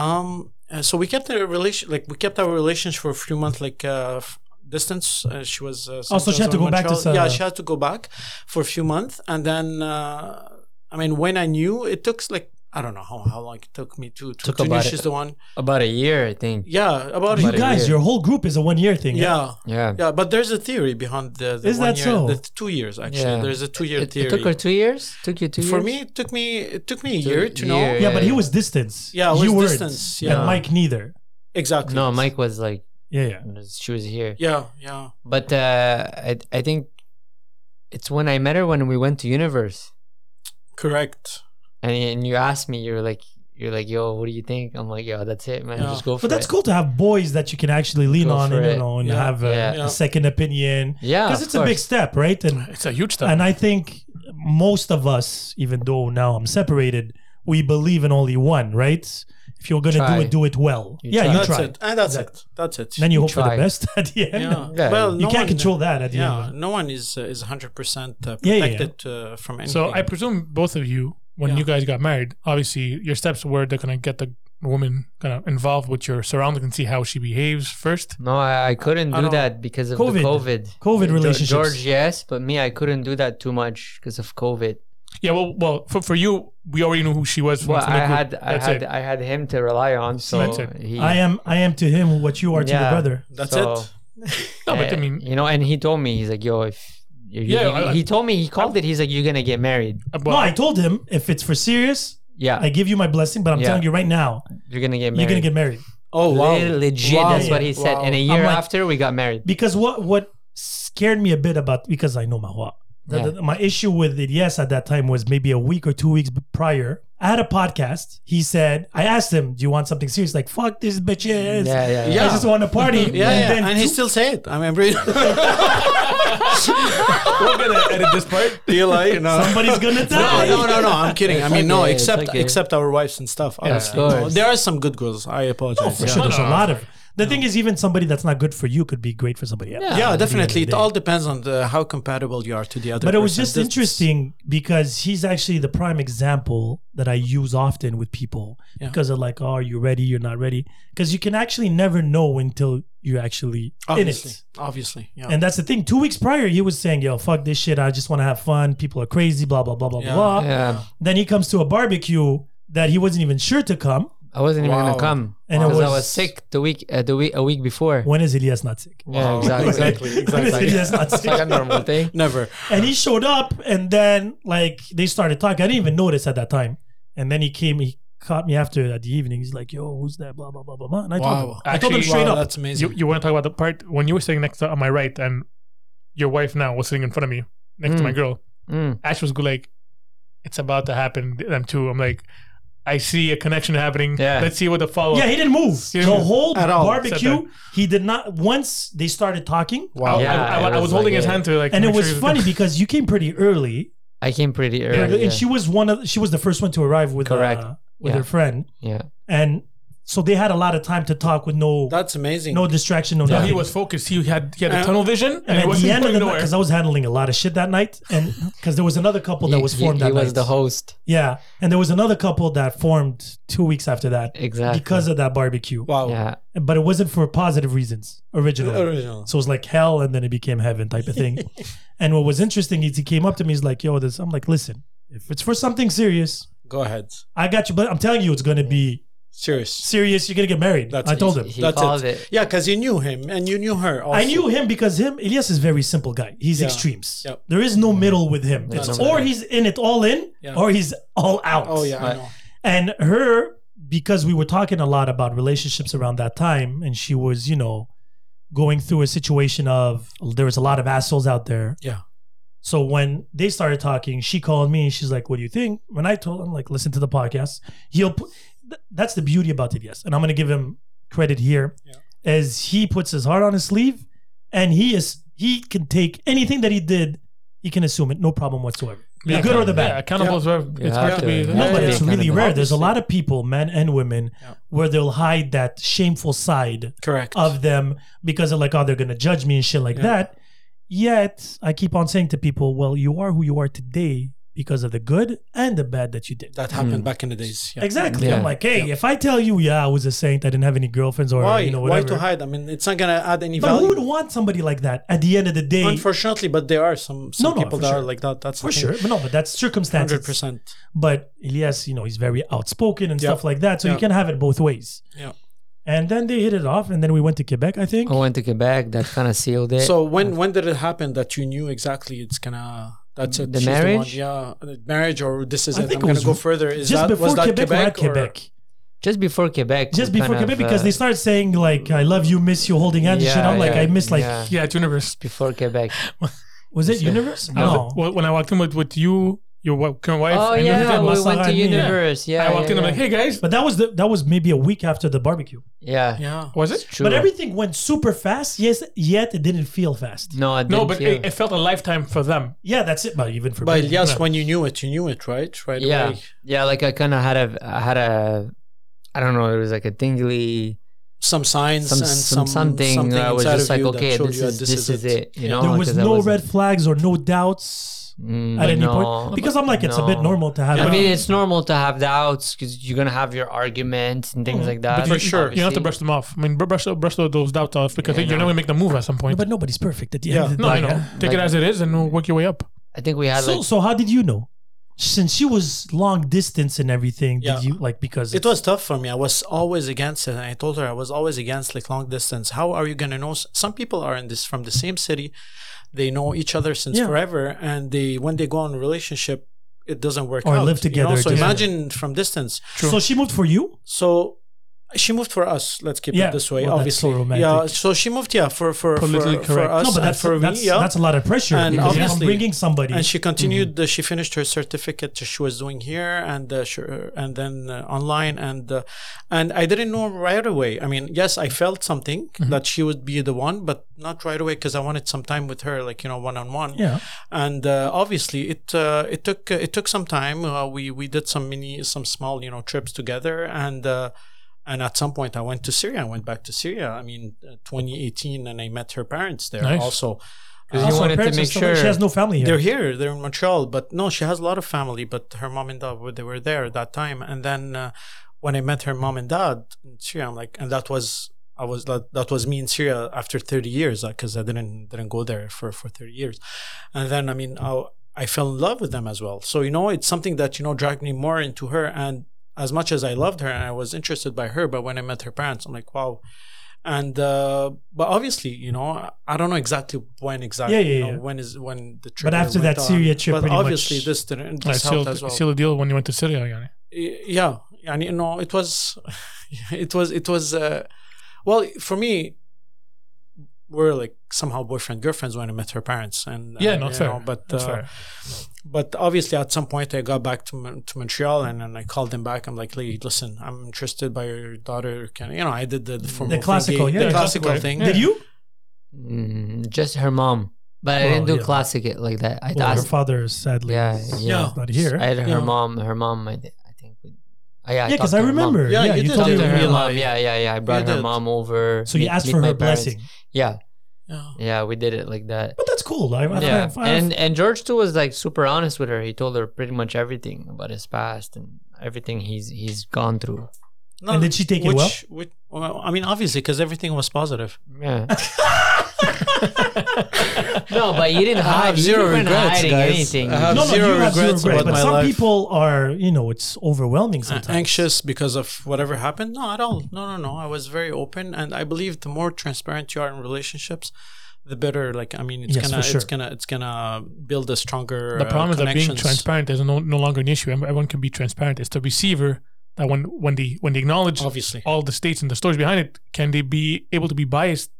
um uh, so we kept a relation like we kept our relationship for a few months like uh f- distance uh, she was uh, Oh, so she had sometimes to in go back to Montreal. yeah Sa- she had to go back for a few months and then uh i mean when i knew it took like i don't know how, how long it took me to to, Took to know about she's it. the one About a year, I think. yeah about You a guys, year. your whole group is a one-year thing. right? yeah Yeah. yeah, but there's a theory behind the, the Is one that year, so? the th- two years actually. Yeah. There's a two year It, theory. it took her two years. Took you two For years. me, it took me it took me a Two year to year. know Yeah, but he was distance. Yeah, I was you weren't. distance, yeah. And Mike neither. exactly. No, Mike was like Yeah, yeah. she was here. Yeah, yeah. But uh, I I think it's when I met her when we went to Universe, Correct. and and you asked me, you were like, you're like, yo, what do you think? I'm like, yo, that's it, man. Yeah. Just go for But that's it. cool to have boys that you can actually lean Go on for and, you it. know, and Yeah. have a, Yeah. a Yeah. second opinion. Yeah, Because of it's a big course. step, right? And It's a huge step. and I think most of us, even though now I'm separated, we believe in only one, right? If you're gonna Try. do it, do it well. You yeah, try. you that's try. it. And that's it. That's it. Then you, You hope for try. the best at the end. yeah. Yeah. Well, You no can't one- control that at the Yeah, end. no one is uh, is 100% uh, Yeah, yeah, yeah. protected Uh, from anything. So I presume both of you, when Yeah. you guys got married, obviously your steps were they're gonna get the woman kind of involved with your surroundings and see how she behaves first. No, I, I couldn't I do don't- that because of COVID. the COVID. COVID Ge- relationships. George, yes, but me, I couldn't do that too much because of COVID. Yeah, well, well, for, for you, we already knew who she was. From, Well, from the I group. had, I That's had, it. I had him to rely on. So That's it. he- I am I am to him what you are to your Yeah. brother. that's so, it. No, but uh, I mean, you know, and he told me, he's like, yo, if you Yeah, he, I- he told me, he called it. He's like, you're gonna get married. no, well, I told him if it's for serious, Yeah, I give you my blessing, but I'm Yeah. telling you right now, you're gonna get married. you're gonna get married. Oh wow! Le- Legit, Wow. that's what he said. Wow. And a year like- after, we got married. because what what scared me a bit about because I know Mahwa. The- Yeah. the- my issue with it, yes, at that time was maybe a week or two weeks b- prior. I had a podcast. He said, I asked him, "Do you want something serious?" Like, "Fuck this bitch ass. Yeah, yeah, I yeah. just want to party." Yeah, yeah. then and he two- still say it. I mean, really, We're gonna edit this part. Eli, you know. somebody's gonna No, die. no, no, no. I'm kidding. I It's mean, no. okay, it's Except, okay. except our wives and stuff. Honestly, course. No, there are some good girls. I apologize. Oh, For yeah. sure, there's a No, lot of. The thing is, even somebody that's not good for you could be great for somebody else. Yeah, Yeah, definitely. the It day. all depends on the, how compatible you are to the other. But it was person. just That's- interesting because he's actually the prime example that I use often with people Yeah. because they're like, "Oh, are you ready? You're not ready," because you can actually never know until you're actually Obviously, in it. obviously. Yeah. And that's the thing. Two weeks prior, he was saying, "Yo, fuck this shit. I just want to have fun. People are crazy. Blah blah blah blah Yeah. blah." Yeah. Then he comes to a barbecue that he wasn't even sure to come. I wasn't even Wow. gonna come And it because I was- was sick the week, uh, the week, a week before. When is Elias not sick? Yeah, exactly. Exactly, When is Elias not It's like a sick? normal thing. Never. And he showed up, and then like they started talking. I didn't even notice at that time. And then he came, he caught me after at the evening. He's like, "Yo, who's that?" Blah blah blah blah blah. And I told him, Wow. I told him Actually, straight wow, up. That's amazing. You, you want to talk about the part when you were sitting next to on my right and your wife now was sitting in front of me next to Mm. my girl. Mm. Ash was go- like, "It's about to happen." Them two. I'm like, "I see a connection happening. Yeah. Let's see what the follow." Yeah, he didn't move. Yeah. The whole At all. Said barbecue, he did not. Once they started talking, I, wow. Yeah. I, I, it I was, was holding like his a- hand to like, and it make sure was he funny because you came pretty early, I came pretty and- early. Yeah. and she was one of. She was the first one to arrive with Correct. uh, with Yeah. her friend, yeah. and so they had a lot of time to talk with no That's amazing. no distraction, no No, nothing. he was focused. He had he had Uh, a tunnel vision, and, and it at the wasn't end of going the night, nowhere. because I was handling a lot of shit that night, and because there was another couple that He- was he- formed He, that was night. the host. yeah, and there was another couple that formed two weeks after that Exactly. because of that barbecue. Wow. yeah. But it wasn't for positive reasons originally. Original. So it was like hell, and then it became heaven type of thing. and what was interesting is he came up to me, he's like, "Yo, this." I'm like, "Listen, if it's for something serious, Go ahead. I got you." But I'm telling you, it's gonna be Serious. serious. You're gonna get married. That's I told easy. him. He That's called it. it. Yeah, because you knew him and you knew her. Also. I knew him because him Elias is a very simple guy. He's Yeah. extremes. Yep. There is no middle with him. There's It's no or middle. he's in it all in, Yeah. or he's all out. Oh yeah, I Right. know. And her, because we were talking a lot about relationships around that time, and she was, you know, going through a situation of there was a lot of assholes out there. Yeah. So when they started talking, she called me and she's like, "What do you think?" When I told him, like, listen to the podcast, he'll. Put, th- that's the beauty about it, yes. And I'm gonna give him credit here, Yeah. as he puts his heart on his sleeve, and he is he can take anything that he did, he can assume it, no problem whatsoever. The good or the bad. Yeah, accountable is where You it's hard have to. to be. Yeah. No, but it's kind really of rare. There's a lot of people, men and women, Yeah. where they'll hide that shameful side Correct. of them because they're like, oh, they're gonna judge me and shit like Yeah. that. Yet I keep on saying to people, well, you are who you are today because of the good and the bad that you did. that happened back in the days. Yeah. Exactly. I'm Yeah. like, hey, if I tell you, yeah, I was a saint, I didn't have any girlfriends or Why? you know Why whatever. to hide? I mean, it's not gonna add any but value. who would want somebody like that at the end of the day? Unfortunately, but there are some, some No, no, people for that are sure. like that. That's for sure. But no, but that's Hundred circumstances. percent. But Elias, you know, he's very outspoken and Yeah. stuff like that. So Yeah. you can have it both ways. Yeah. And then they hit it off, and then we went to Quebec, I think. I went to Quebec. That kind of sealed it. So when when did it happen that you knew exactly it's gonna that's it The she's one, marriage? yeah, marriage or this is I it? I'm think it gonna was go further. Is just that before was that Quebec, Quebec? we're at or- Quebec. just before Quebec. Just we before kind Quebec, of, because uh, they started saying like "I love you, miss you," holding hands and shit. Yeah, I'm like, yeah, I miss like, yeah. Yeah, it's universe. before Quebec. was it universe? I was- No, well, when I walked in with, with you, your wi- current wife, Oh and your yeah, husband, we Masara went to and me. Universe. Yeah, I walked yeah, in. I'm like, yeah. hey guys, but that was the that was maybe a week after the barbecue. yeah. Yeah. was it? True. But everything went super fast. Yes, yet it didn't feel fast. No, I didn't No, but feel- it, it felt a lifetime for them. Yeah, that's it. But even for But me, yes, no. when you knew it, you knew it, right? Right yeah, away. yeah. Like I kind of had a, I had a, I don't know. It was like a tingly, Some signs some, and some some, something. uh, I was inside just of like, you that okay, showed this you is that this, is it. You know, there was 'cause I no wasn't- red flags or no doubts Mm, at any no, point because I'm like, it's a bit no. normal to have. I it. mean, it's normal to have doubts because you're gonna have your arguments and Mm. things like that. But you, sure. you don't have to brush them off. I mean, br- brush brush those those doubts off because Yeah, you're not no. gonna make the move at some point. but nobody's perfect at the Yeah. end of the no, day. I know. Take it Like- as it is and work your way up. I think we had So, like so how did you know? Since she was long distance and everything, Yeah. did you like because It was tough for me. I was always against it. And I told her I was always against like long distance. How are you gonna know? s- Some people are in this from the same city, they know each other since Yeah. forever, and they when they go on a relationship, it doesn't work Or out live you know? together, So just- imagine from distance. so she moved for you? So she moved for us. Let's keep Yeah. it this way. Well, that's so obviously, yeah. romantic. So she moved, yeah, for for Politically for, for correct. us No, but Uh, and that's for that's, me, yeah. that's a lot of pressure. And because if I'm obviously- bringing somebody. and she continued. Uh, she finished her certificate that she was doing here, and uh, she, and then uh, online, and uh, and I didn't know right away. I mean, yes, I felt something that she would be the one, but not right away because I wanted some time with her, like you know, one on one. yeah, And uh, obviously, it uh, it took it took some time. Uh, we we did some mini, some small, you know, trips together, and. Uh, and at some point, I went to Syria. I went back to Syria. I mean, uh, 2018, and I met her parents there Nice. also. Because you Also, her wanted to parents are make still there. sure. she has no family here. They're here. They're in Montreal, but no, she has a lot of family. But her mom and dad, were- they were there at that time. And then uh, when I met her mom and dad in Syria, I'm like, and that was I was that, that was me in Syria after 30 years because I didn't didn't go there for for 30 years. And then I mean, I, I fell in love with them as well. So you know, it's something that you know dragged me more into her. And as much as I loved her and I was interested by her, but when I met her parents, I'm like, wow. And uh, but obviously, you know, I- I don't know exactly when exactly Yeah, yeah, you know, yeah. when is when the But after went that Syria trip, but pretty much- obviously this didn't Like, this seal, helped as well. seal the deal when you went to Syria. يعني. Y- yeah, and you know, it was, it was, it was. Uh, well, for me, we're like somehow boyfriend girlfriends when I met her parents, and Yeah, and, not you fair. know, but That's uh, fair. but obviously at some point I got back to, Mon- to Montreal and, and I called them back. I'm like, Lee, listen, I'm interested by your daughter. Can you know? I did the, the formal thingy- classical, yeah, the yeah, classical classical, thing. yeah. Did you? Mm, just her mom. But I Well, didn't do yeah. classic it like that. I Well, her asked. father is sadly Yeah, is yeah. not here. I had her Yeah. mom. Her mom. I, thi- I think. We, oh, yeah, yeah, because talked I to her mom. remember. Yeah, Yeah, you you did told that me to Her about it. her. mom, yeah, yeah, yeah. I brought Yeah, her that- mom over. So you meet- asked meet for my her parents. blessing, Yeah, Yeah. yeah, we did it like that. but that's cool. I, I, yeah, I, I, and and George too was like super honest with her. He told her pretty much everything about his past and everything he's he's gone through. No, And did she take it which, well? Which, well? I mean, obviously, because everything was positive. Yeah. no, but you didn't hide. have Ah, you zero weren't regrets, hiding guys. anything. I have no, no, zero you have zero regrets, regrets about but my some life. people are, you know, it's overwhelming Uh, sometimes. anxious because of whatever happened? No, at all. No, no, no. I was very open, and I believe the more transparent you are in relationships, the better. Like, I mean, it's Yes, gonna, for it's sure. gonna, it's gonna build a stronger. The uh, problem is that being connections. transparent is no, no longer an issue. Everyone can be transparent. It's the receiver that when when they when they acknowledge Obviously. all the states and the stories behind it, can they be able to be biased,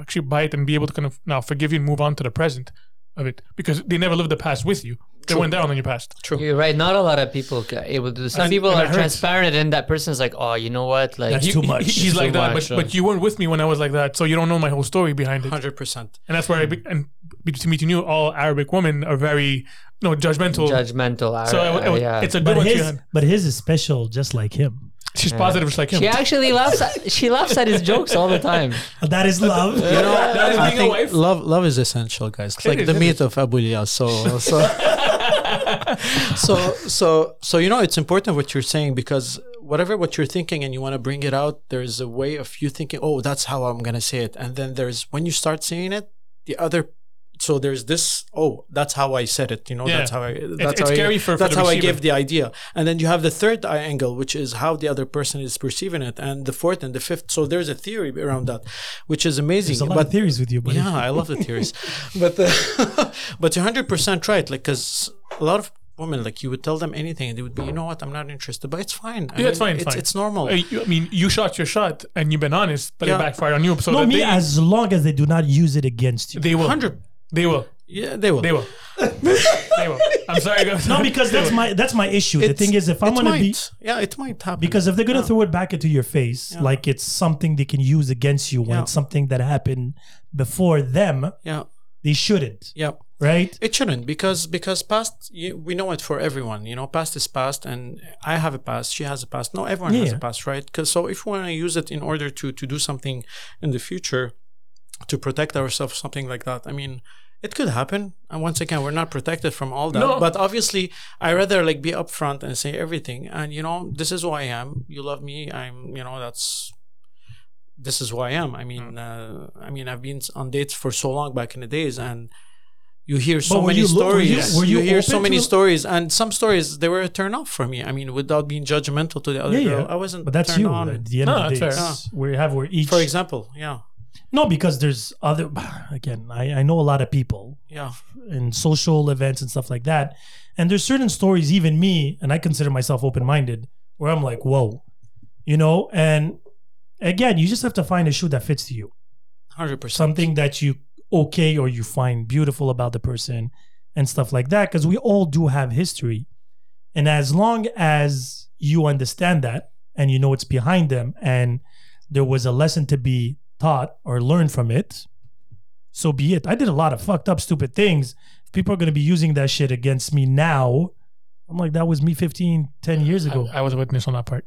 actually buy it and be able to kind of now forgive you and move on to the present of it because they never lived the past with you. They went down on your past. True. You're right. Not a lot of people ca- able to do. Some And- people and it are hurts. transparent, and that person's like, "Oh, you know what? Like, That's you- too much. He- he's Too like that, much, but, yeah. but you weren't with me when I was like that, so you don't know my whole story behind it. Hundred percent. And that's where I be- and between me and you, all Arabic women are very no judgmental. judgmental." are- So I- I- uh, yeah. it's a good but one. she his, had. but his is special, just like him. She's positive, just like him. she actually laughs. At, she laughs at his jokes all the time. That is love. You know, that is I being a think wife. love, love is essential, guys. It's like is, the it meat of Abulia. So, so, so, so, so, you know, it's important what you're saying because whatever what you're thinking and you want to bring it out, there is a way of you thinking, oh, that's how I'm gonna say it, and then there's when you start saying it, the other. So there's this. Oh, that's how I said it. You know, Yeah. that's how I. That's it's how scary I, for- for That's the how I receiver. give the idea, and then you have the third eye angle, which is how the other person is perceiving it, and the fourth and the fifth. So there's a theory around that, which is amazing. There's a lot but of theories with you, buddy. yeah, I love the theories, but uh, but you're hundred percent right. Like, cause a lot of women, like, you would tell them anything, and they would be, you know what, I'm not interested, but it's fine. I Yeah, it's mean, fine. It's, It's, fine. it's normal. Uh, you- I mean, you shot your shot, and you've been honest, but it Yeah. backfired on you. So no, that me, they, as long as they do not use it against you. they will. Hundred. They will. Yeah, they will. They will. they will. I'm sorry, guys. no, because that's my that's my issue. The It's- thing is, if I'm it gonna might. be yeah, it might happen because if they're gonna throw it back into your face, like it's something they can use against you when Yeah. it's something that happened before them, yeah, they shouldn't, yeah. right? It shouldn't because because past you, we know it for everyone. You know, past is past, and I have a past. She has a past. No, everyone has Yeah. a past, right? 'Cause- so if we want to use it in order to to do something in the future to protect ourselves, something like that. I mean. It could happen, and once again, we're not protected from all that. No. But obviously, I rather like be upfront and say everything. And you know, this is who I am. You love me. I'm, you know, that's this is who I am. I mean, Hmm. uh, I mean, I've been on dates for so long back in the days, and you hear so were many you lo- were you- stories. were you hear so open many to- stories, and some stories they were a turn off for me. I mean, without being judgmental to the other Yeah, yeah. girl, I wasn't. But that's turned you. on. At the end No, of the day, that's fair. it's- we have we're each. For example, yeah, no, because there's other. Again, I, I know a lot of people yeah, in social events and stuff like that, and there's certain stories even me and I consider myself open minded where I'm like, whoa, you know. And again, you just have to find a shoe that fits to you, hundred percent. something that you okay or you find beautiful about the person, and stuff like that. Because we all do have history, and as long as you understand that and you know it's behind them, and there was a lesson to be taught or learned from it, so be it. I did a lot of fucked up, stupid things. If people are going to be using that shit against me now, I'm like, that was me 15, 10 years ago. I, I was a witness on that part.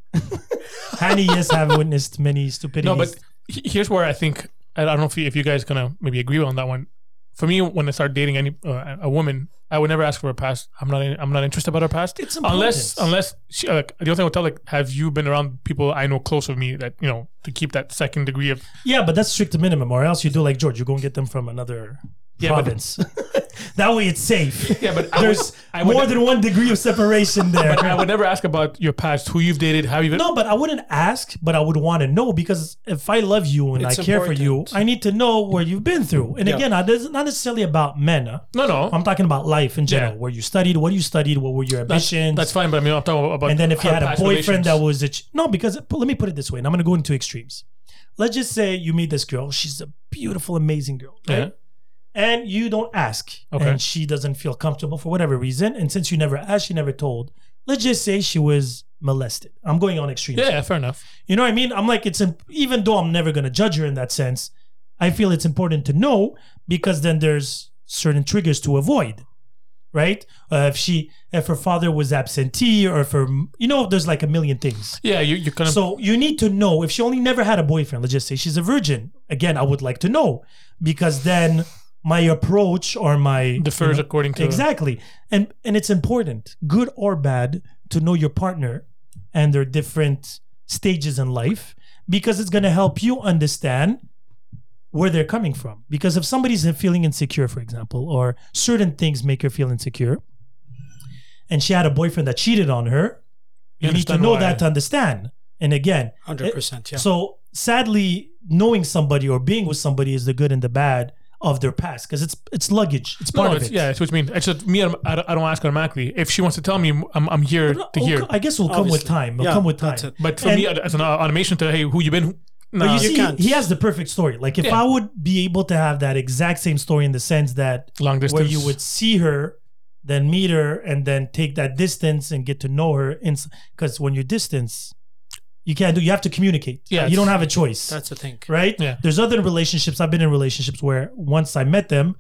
Hani, yes, have witnessed many stupidities. No, but he- here's where I think I I don't know if you, if you guys gonna maybe agree on that one. For me, when I start dating any uh, a woman, I would never ask for her past. I'm not I'm not interested about her past. It's unless important. unless she uh, like the only thing I would tell like have you been around people I know close of me that you know to keep that second degree of yeah, but that's strict minimum, or else you do like George, you go and get them from another but- province. that way, it's safe. yeah. But There's I would- more than one degree of separation there. I would never ask about your past, who you've dated, how you've been. No, but I wouldn't ask, but I would want to know because if I love you and It's I care for you, important. I need to know where you've been through. And Yeah. again, I- this is not necessarily about men. huh? no, no. I'm talking about life in general. Yeah. Where you studied, what you studied, what were your that's, ambitions? that's fine. But I mean, I'm talking about And then if you her had a past boyfriend that relations. was a ch- no, because but let me put it this way, and I'm gonna go into extremes. Let's just say you meet this girl. She's a beautiful, amazing girl, right? Yeah. And you don't ask, Okay. and she doesn't feel comfortable for whatever reason. And since you never asked, she never told. Let's just say she was molested. I'm going on extremes. yeah, yeah, fair enough. You know what I mean? I'm like, it's imp- even though I'm never going to judge her in that sense, I feel it's important to know because then there's certain triggers to avoid, right? Uh, if she, if her father was absentee, or if her, you know, there's like a million things. Yeah, you you kind of So you need to know if she only never had a boyfriend. Let's just say she's a virgin. Again, I would like to know because then my approach or my defers according to exactly and and it's important good or bad to know your partner and their different stages in life because it's going to help you understand where they're coming from because if somebody's feeling insecure for example or certain things make her feel insecure and she had a boyfriend that cheated on her you, need to understand know why. that uh, to understand and again Hundred percent. Yeah. eh, so sadly, knowing somebody or being with somebody is the good and the bad of their past because it's it's luggage. It's No, part of it's- it. Yeah, that's what you mean. It's just me. I'm, I don't I don't ask automatically. If she wants to tell me, I'm, I'm here to It'll hear. co- I guess it'll come with Obviously. time. It'll Yeah, come with time. that's it. But for and- me, as an automation to hey, who you been? But Nah, you, see, you can't. he has the perfect story. Like if Yeah. I would be able to have that exact same story in the sense that long distance. where you would see her, then meet her, and then take that distance and get to know her. Because when you're distance, you can't do. You have to communicate. Yeah, you it's- don't have a choice. That's the thing. right? Yeah. There's other relationships. I've been in relationships where once I met them,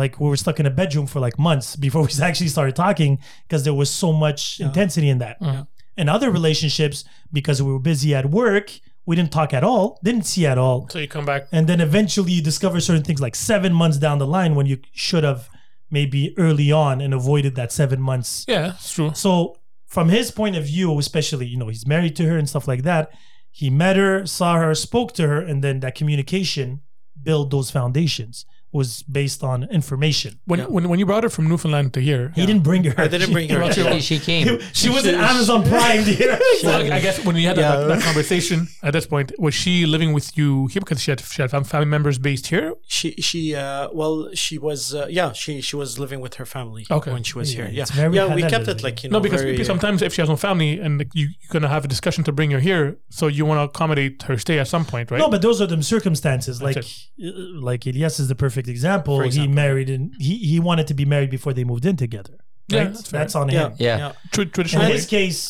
like we were stuck in a bedroom for like months before we actually started talking because there was so much intensity in that. Yeah. And other relationships, because we were busy at work, we didn't talk at all, didn't see at all. So you come back. And then eventually you discover certain things like seven months down the line when you should have maybe early on and avoided that seven months Yeah, it's true. so from his point of view, especially, you know, he's married to her and stuff like that. He met her, saw her, spoke to her, and then that communication built those foundations was based on information. When, when when you brought her from Newfoundland to here, He didn't bring her. I didn't bring her. She- She, she came. she was an Amazon Prime dear. Well, I- I guess when you had that, Yeah. that conversation at this point, was she living with you here because she had she had fam- family members based here? She she uh well she was uh, yeah she she was living with her family Okay. when she was here yeah it's very yeah we Helen, kept isn't it like you know No, because very, uh, sometimes if she has no family and like, you, you're gonna have a discussion to bring her here, so you want to accommodate her stay at some point, right? No, but those are the circumstances. Like, That's uh, like Elias is the perfect example. For example. He married and he, he wanted to be married before they moved in together. Yeah, Right? that's that's, fair. on yeah him. Yeah. Tra- In traditionally, his case,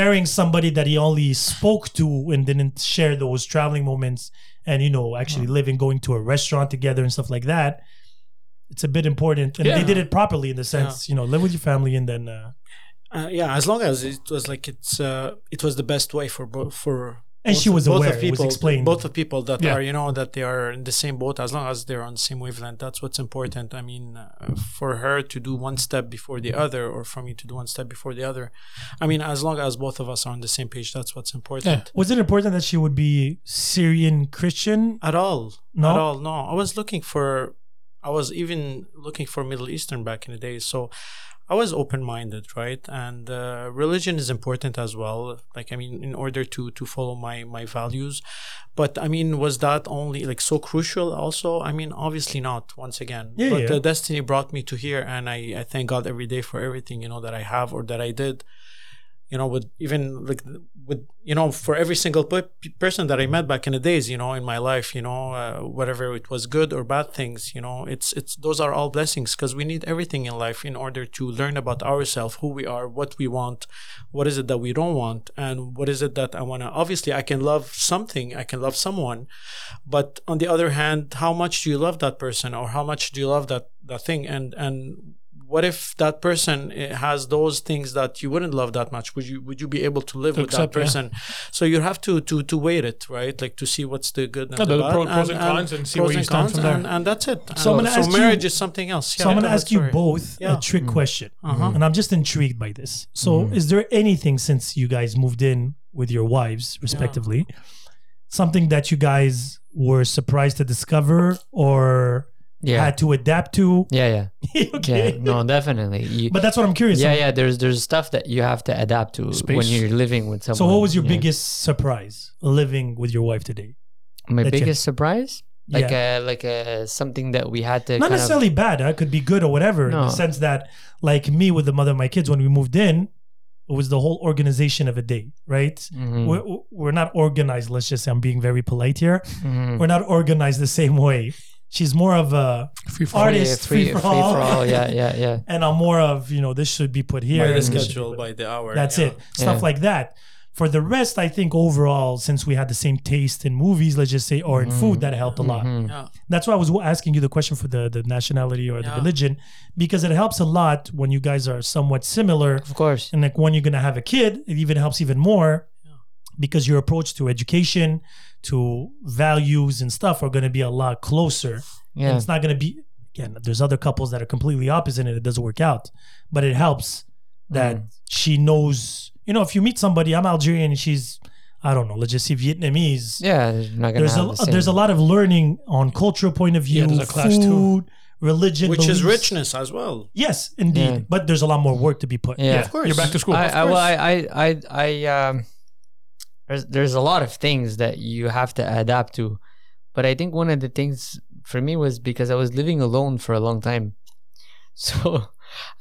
marrying somebody that he only spoke to and didn't share those traveling moments and, you know, actually living, going to a restaurant together and stuff like that, it's a bit important. And Yeah. they did it properly in the sense, you know, live with your family and then. Uh, uh, yeah as long as it was like it's uh it was the best way for both for and both- she was both aware, of it was explained. both of people that Yeah. are you know that they are in the same boat as long as they're on the same wavelength that's what's important i mean uh, for her to do one step before the other or for me to do one step before the other i mean as long as both of us are on the same page that's what's important was it important that she would be Syrian Christian? at all No? at all no i was looking for i was even looking for middle eastern back in the day so i was open-minded right and uh, religion is important as well like i mean in order to to follow my my values but i mean was that only like so crucial also i mean obviously not once again Yeah, but yeah. the destiny brought me to here and i i thank god every day for everything you know that i have or that i did you know with even like with you know for every single pe- person that i met back in the days you know in my life you know uh, whatever it was good or bad things you know it's it's those are all blessings because we need everything in life in order to learn about ourselves who we are what we want what is it that we don't want and what is it that i want to obviously i can love something i can love someone but on the other hand how much do you love that person or how much do you love that that thing and and what if that person eh, has those things that you wouldn't love that much would you would you be able to live To with accept, that yeah. person so you have to to to wait it right like to see what's the good and Yeah, the, the bad pro- pros and cons and see pros where you and stand cons from there. and, and that's it So I'm And gonna ask you- marriage is something else yeah, so I'm going to yeah, ask that's you right. both Yeah. a Hmm. trick question, Uh-huh. and I'm just intrigued by this. So, is there anything since you guys moved in with your wives, respectively, something that you guys were surprised to discover or Yeah. had to adapt to? yeah, yeah, okay, yeah. No, definitely. You, but that's what I'm curious. yeah, about. yeah. There's there's stuff that you have to adapt to when Space. you're living with someone. So, what was your yeah. biggest surprise living with your wife today? My That's it. biggest surprise, like yeah. uh like uh something that we had to not kind of- necessarily bad. It could be good or whatever. In No. the sense that, like me with the mother of my kids, when we moved in, it was the whole organization of a day, right? Mhm, We're, we're not organized. Let's just say I'm being very polite here. mhm. We're not organized the same way. She's more of a Free for Art- artist, free for all. Yeah, yeah, yeah. and I'm more of you know this should be put here. by the this should- schedule by the hour That's yeah. it. Stuff Yeah. like that. For the rest, I think overall, since we had the same taste in movies, let's just say, or in food, that helped a lot. Mhm. yeah That's why I was asking you the question for the, the nationality or the Yeah. religion, because it helps a lot when you guys are somewhat similar. Of course. And like when you're going to have a kid, it even helps even more because your approach to education, to values and stuff are going to be a lot closer. And Yeah. it's not going to be, again, there's other couples that are completely opposite and it doesn't work out, but it helps that she knows, you know, if you meet somebody, I'm Algerian and she's, I don't know, let's just say Vietnamese Yeah, you're not gonna there's a uh, have the there's a same- lot of learning on cultural point of view, Yeah, there's a clash food, too. religion, which is beliefs. richness as well Yes, indeed, Yeah. but there's a lot more work to be put. Yeah. of course You're back to school. I, Of I, well, course. I, I, I, I um, there's, there's a lot of things that you have to adapt to, but I think one of the things for me was because I was living alone for a long time, so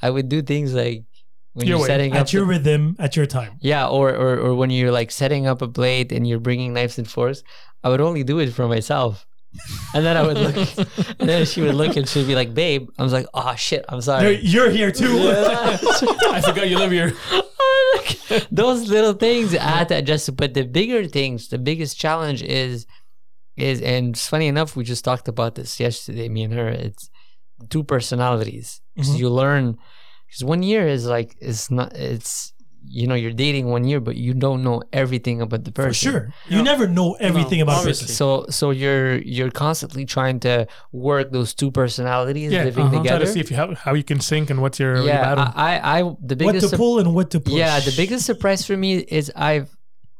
I would do things like when Your you're way, setting up at your the- rhythm, at your time. yeah, or, or or when you're like setting up a plate and you're bringing knives and forks, I would only do it for myself. And then I would look, and then she would look and she'd be like, "Babe," I was like, "Oh shit, I'm There- sorry." You're here too. I forgot you live here. those little things add to adjust but the bigger things the biggest challenge is is and it's funny enough we just talked about this yesterday me and her it's two personalities 'Cause Mhm. you learn because one year is like it's not it's you know you're dating one year but you don't know everything about the person For sure, you never know everything No, about a obviously. person. so so you're you're constantly trying to work those two personalities Yeah, uh-huh. living Try together to see if you have, how you can sync and what's your your battle. yeah uh, I, I i the What biggest to sup- pull and what to push. Yeah, the biggest surprise for me is I've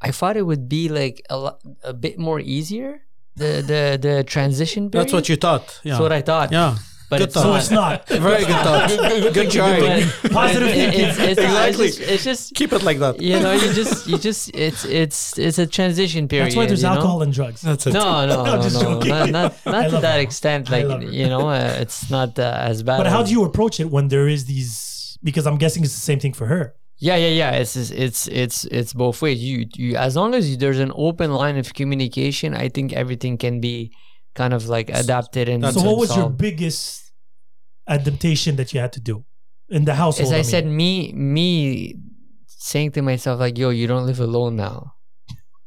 I thought it would be like a lot, a bit more easier the the the transition period. that's what you thought yeah That's what I thought. yeah but good it's thought. So it's not. very good thought good But try Positive it- it- it's, it's, Exactly. It's just, it's just keep it like that you know you just you just it's it's it's a transition period. That's why there's you know? Uh, alcohol and drugs. that's it No, no, I'm no, just no, joking. not not, I not to love that her. extent. I Like love her. you know, uh, it's not uh, as bad. But how as- do you approach it when there is these? Because I'm guessing it's the same thing for her. Yeah, yeah, yeah. It's it's it's it's, it's both ways. You, you as long as you, there's an open line of communication, I think everything can be kind of like adapted and. That's so what was your solved. biggest adaptation that you had to do in the household? As I mean? said, me me saying to myself like, "Yo, you don't live alone now,"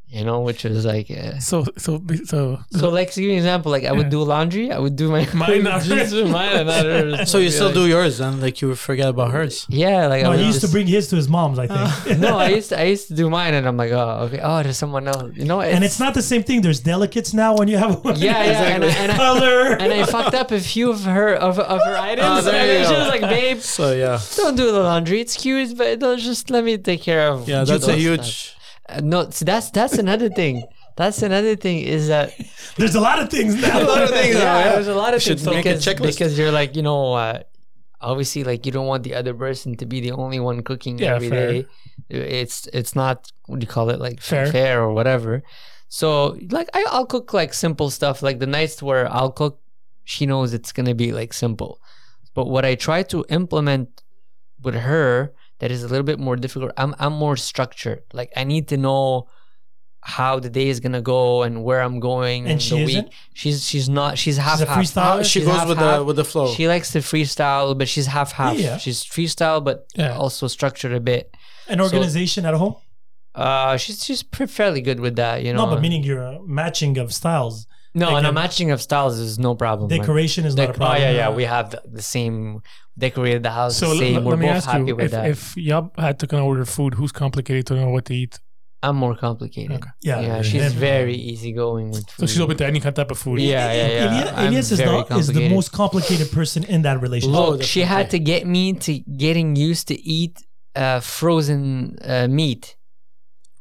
you know, which was like. Uh, So so so so like to give you an example, like I would do laundry, I would do my Mine not just do mine and not hers. so you Be still like- do yours and like you forget about hers Yeah, like I No, would he used to just- bring his to his mom's, I think. Uh, No, I used to, I used to do mine, and I'm like, oh, okay, oh, there's someone else, you know. and it's not the same thing. There's delicates now when you have a woman. Yeah, yeah, and I- and I- color. and I fucked up a few of her of, of her items. Oh, there and you then she go. was like, "Babe, so yeah don't do the laundry. It's cute, but don't just let me take care of." yeah that's a those huge stuff." Uh, no, see, that's that's another thing. That's another thing is that There's a lot of things now. lot of things yeah, now, yeah. there's a lot of You should things make a because, checklist. because you're like you know uh, obviously like you don't want the other person to be the only one cooking Yeah, every fair. day. It's it's not what do you call it like Fair. fair or whatever. So like I, I'll cook like simple stuff like the nights where I'll cook, she knows it's gonna be like simple. But what I try to implement with her that is a little bit more difficult. I'm I'm more structured. Like I need to know how the day is gonna go and where I'm going. And she the isn't? She's she's not. She's half a half. freestyler? Uh, she She's goes with the half-half. with the flow. She likes to freestyle, but she's half half. Yeah. She's freestyle, but Yeah. also structured a bit. An organization at home? Uh, she's she's pre- fairly good with that, you know. uh, No, but meaning your uh, matching of styles. no, they and a can- matching of styles is no problem. man. Decoration is Dec- not a problem. Oh yeah, yeah. We have the, the same decorated the house So the l- same. l- We're let me both ask happy you: with if, that. if Yab had to kind of order food, who's complicated to know what to eat? I'm more complicated. Okay. yeah, Yeah, she's And- very easygoing with So food. she's open to any kind of type of food. Yeah, yeah, yeah. Elias, I'm Elias is, very the, is the complicated. most complicated person in that relationship. Look, Oh, she had to get me to getting used to eat uh, frozen uh, meat.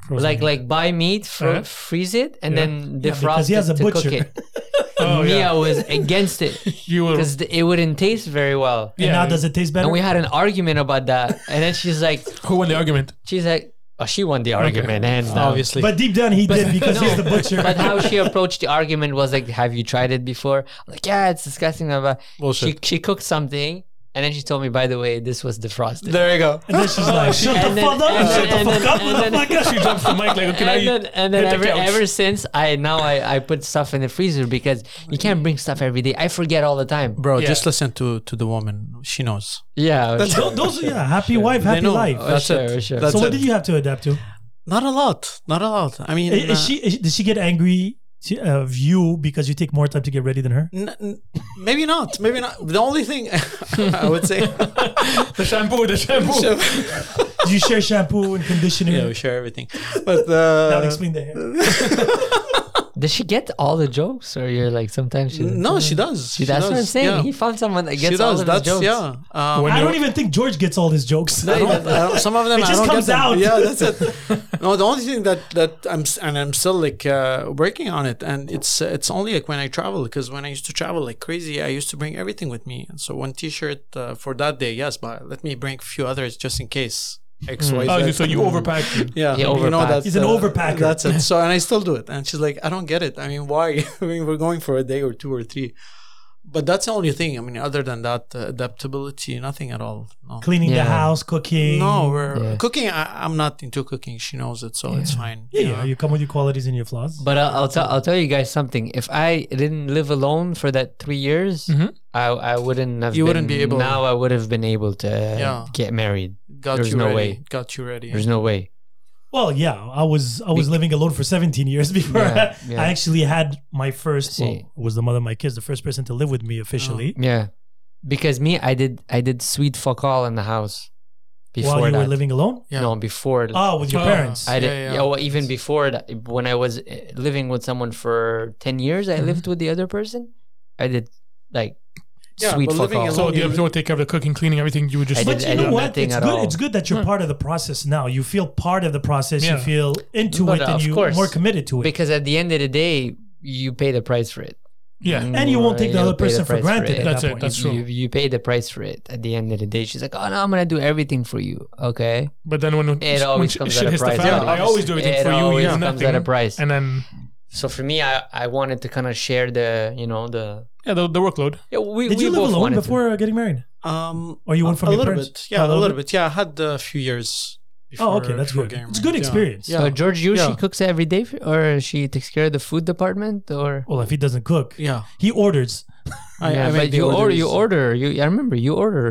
Frozen Like meat. like buy meat, fro- Uh-huh. freeze it, and Yeah. then Yeah, defrost because he has it a to cook butcher. it. Oh, me, yeah. I was against it you will. because it wouldn't taste very well. And yeah, now does it taste better? And we had an argument about that, and then she's like, Who won the argument? she's like, oh, she won the argument, hands Oh. down. obviously. but deep down he did because No, he's the butcher. But how she approached the argument was like, "Have you tried it before?" I'm like, yeah, it's disgusting. blah, blah." She Bullshit. she cooked something, and then she told me, by the way, this was defrosted. there you go. and then she's like, shut and the then- fuck up, and shut then- the fuck and up, then- motherfucker. She drops the mic like, okay, now and you. then, and then hit ever, the couch. ever since I now I, I put stuff in the freezer because you can't bring stuff every day. I forget all the time. Bro, Yeah. just listen to to the woman. She knows. Yeah, Th- Those, yeah, happy wife, happy uh, know. life. That's Oh, sure, it. sure. That's so what it. did you have to adapt to? Not a lot. Not a lot. I mean, Is- uh, Is she, is, did she get angry to, uh, of you because you take more time to get ready than her? n- n- maybe not. Maybe not. The only thing I would say. the shampoo, the shampoo. Do you share shampoo and conditioner? yeah, we share everything. But uh, that would explain the hair. Does she get all the jokes, or you're like sometimes she? No, she does. She, that's does. what I'm saying. Yeah. He found someone that she gets all does. of That's his jokes. yeah. Um, When I you- don't even think George gets all his jokes. I don't- I don't- some of them It I just don't get comes them. out. Yeah, that's it. No, the only thing that that I'm s- and I'm still like uh, working on it, and it's uh, it's only like when I travel because when I used to travel like crazy, I used to bring everything with me. And so one T-shirt uh, for that day, yes, but let me bring a few others just in case. X Y Z. Oh, so you overpacked. Yeah, Yeah, you know overpack. that's He's an uh, overpacker. That's it. So and I still do it, and she's like, I don't get it. I mean, why? I mean, we're going for a day or two or three, but that's the only thing. I mean, other than that, uh, adaptability, nothing at all. No, Cleaning the Yeah. house, cooking. no, we're Yeah. cooking. I, I'm not into cooking. She knows it, so it's fine. Yeah, yeah, you come with your qualities and your flaws. But I'll, I'll tell I'll tell you guys something. If I didn't live alone for that three years, Mhm. I I wouldn't have. Mm-hmm. You wouldn't been- be able- Now I would have been able to Yeah. get married. got there's you no ready. way. Got you ready. There's no way. Well, yeah, I was I was Be- living alone for 17 years before Yeah, I- yeah. I actually had my first. See. Oh. Well, it was the mother of my kids, the first person to live with me officially. Yeah, because me, I did I did sweet fuck all in the house before While you that. were living alone, Yeah. No, before. ah, with your Oh. parents. I did. Yeah, Yeah, yeah. well, even before that, when I was uh, living with someone for ten years, I lived with the other person. I did like Yeah, sweet but fuck living all. So alone- the episode take care of the cooking, cleaning, everything. You would just. I but did- you know did what? nothing It's at good. all. It's good that Hmm. you're part of the process now. You feel part of the process. You Yeah. feel into But it, and of you are course. more committed to it. because at the end of the day, you pay the price for it. Yeah. And you won't take the You'll other pay the person for price granted it. at That's that it, point. that's true. You, you pay the price for it at the end of the day. She's like, oh no, I'm gonna do everything for you. Okay. But then when It when always sh- comes shit at a hits the price. fan, I always do everything it for you. always You have comes nothing. at a price. And then So for me, I, I wanted to kind of share the you know the yeah, the, the workload. yeah, we, Did we you live both alone wanted to. before uh, getting married? Um, Or Oh, you went a- from a your little parents? bit. Yeah, A a little little, bit. Yeah, I had a few years. Oh, before- okay, that's before good. getting It's a good married. Yeah. experience. Yeah. So George, you she Yeah. cooks every day, for, or she takes care of the food department, or Well, if he doesn't cook, Yeah, he orders. I, yeah, I made but the you order, you orders. order, you. I remember you order.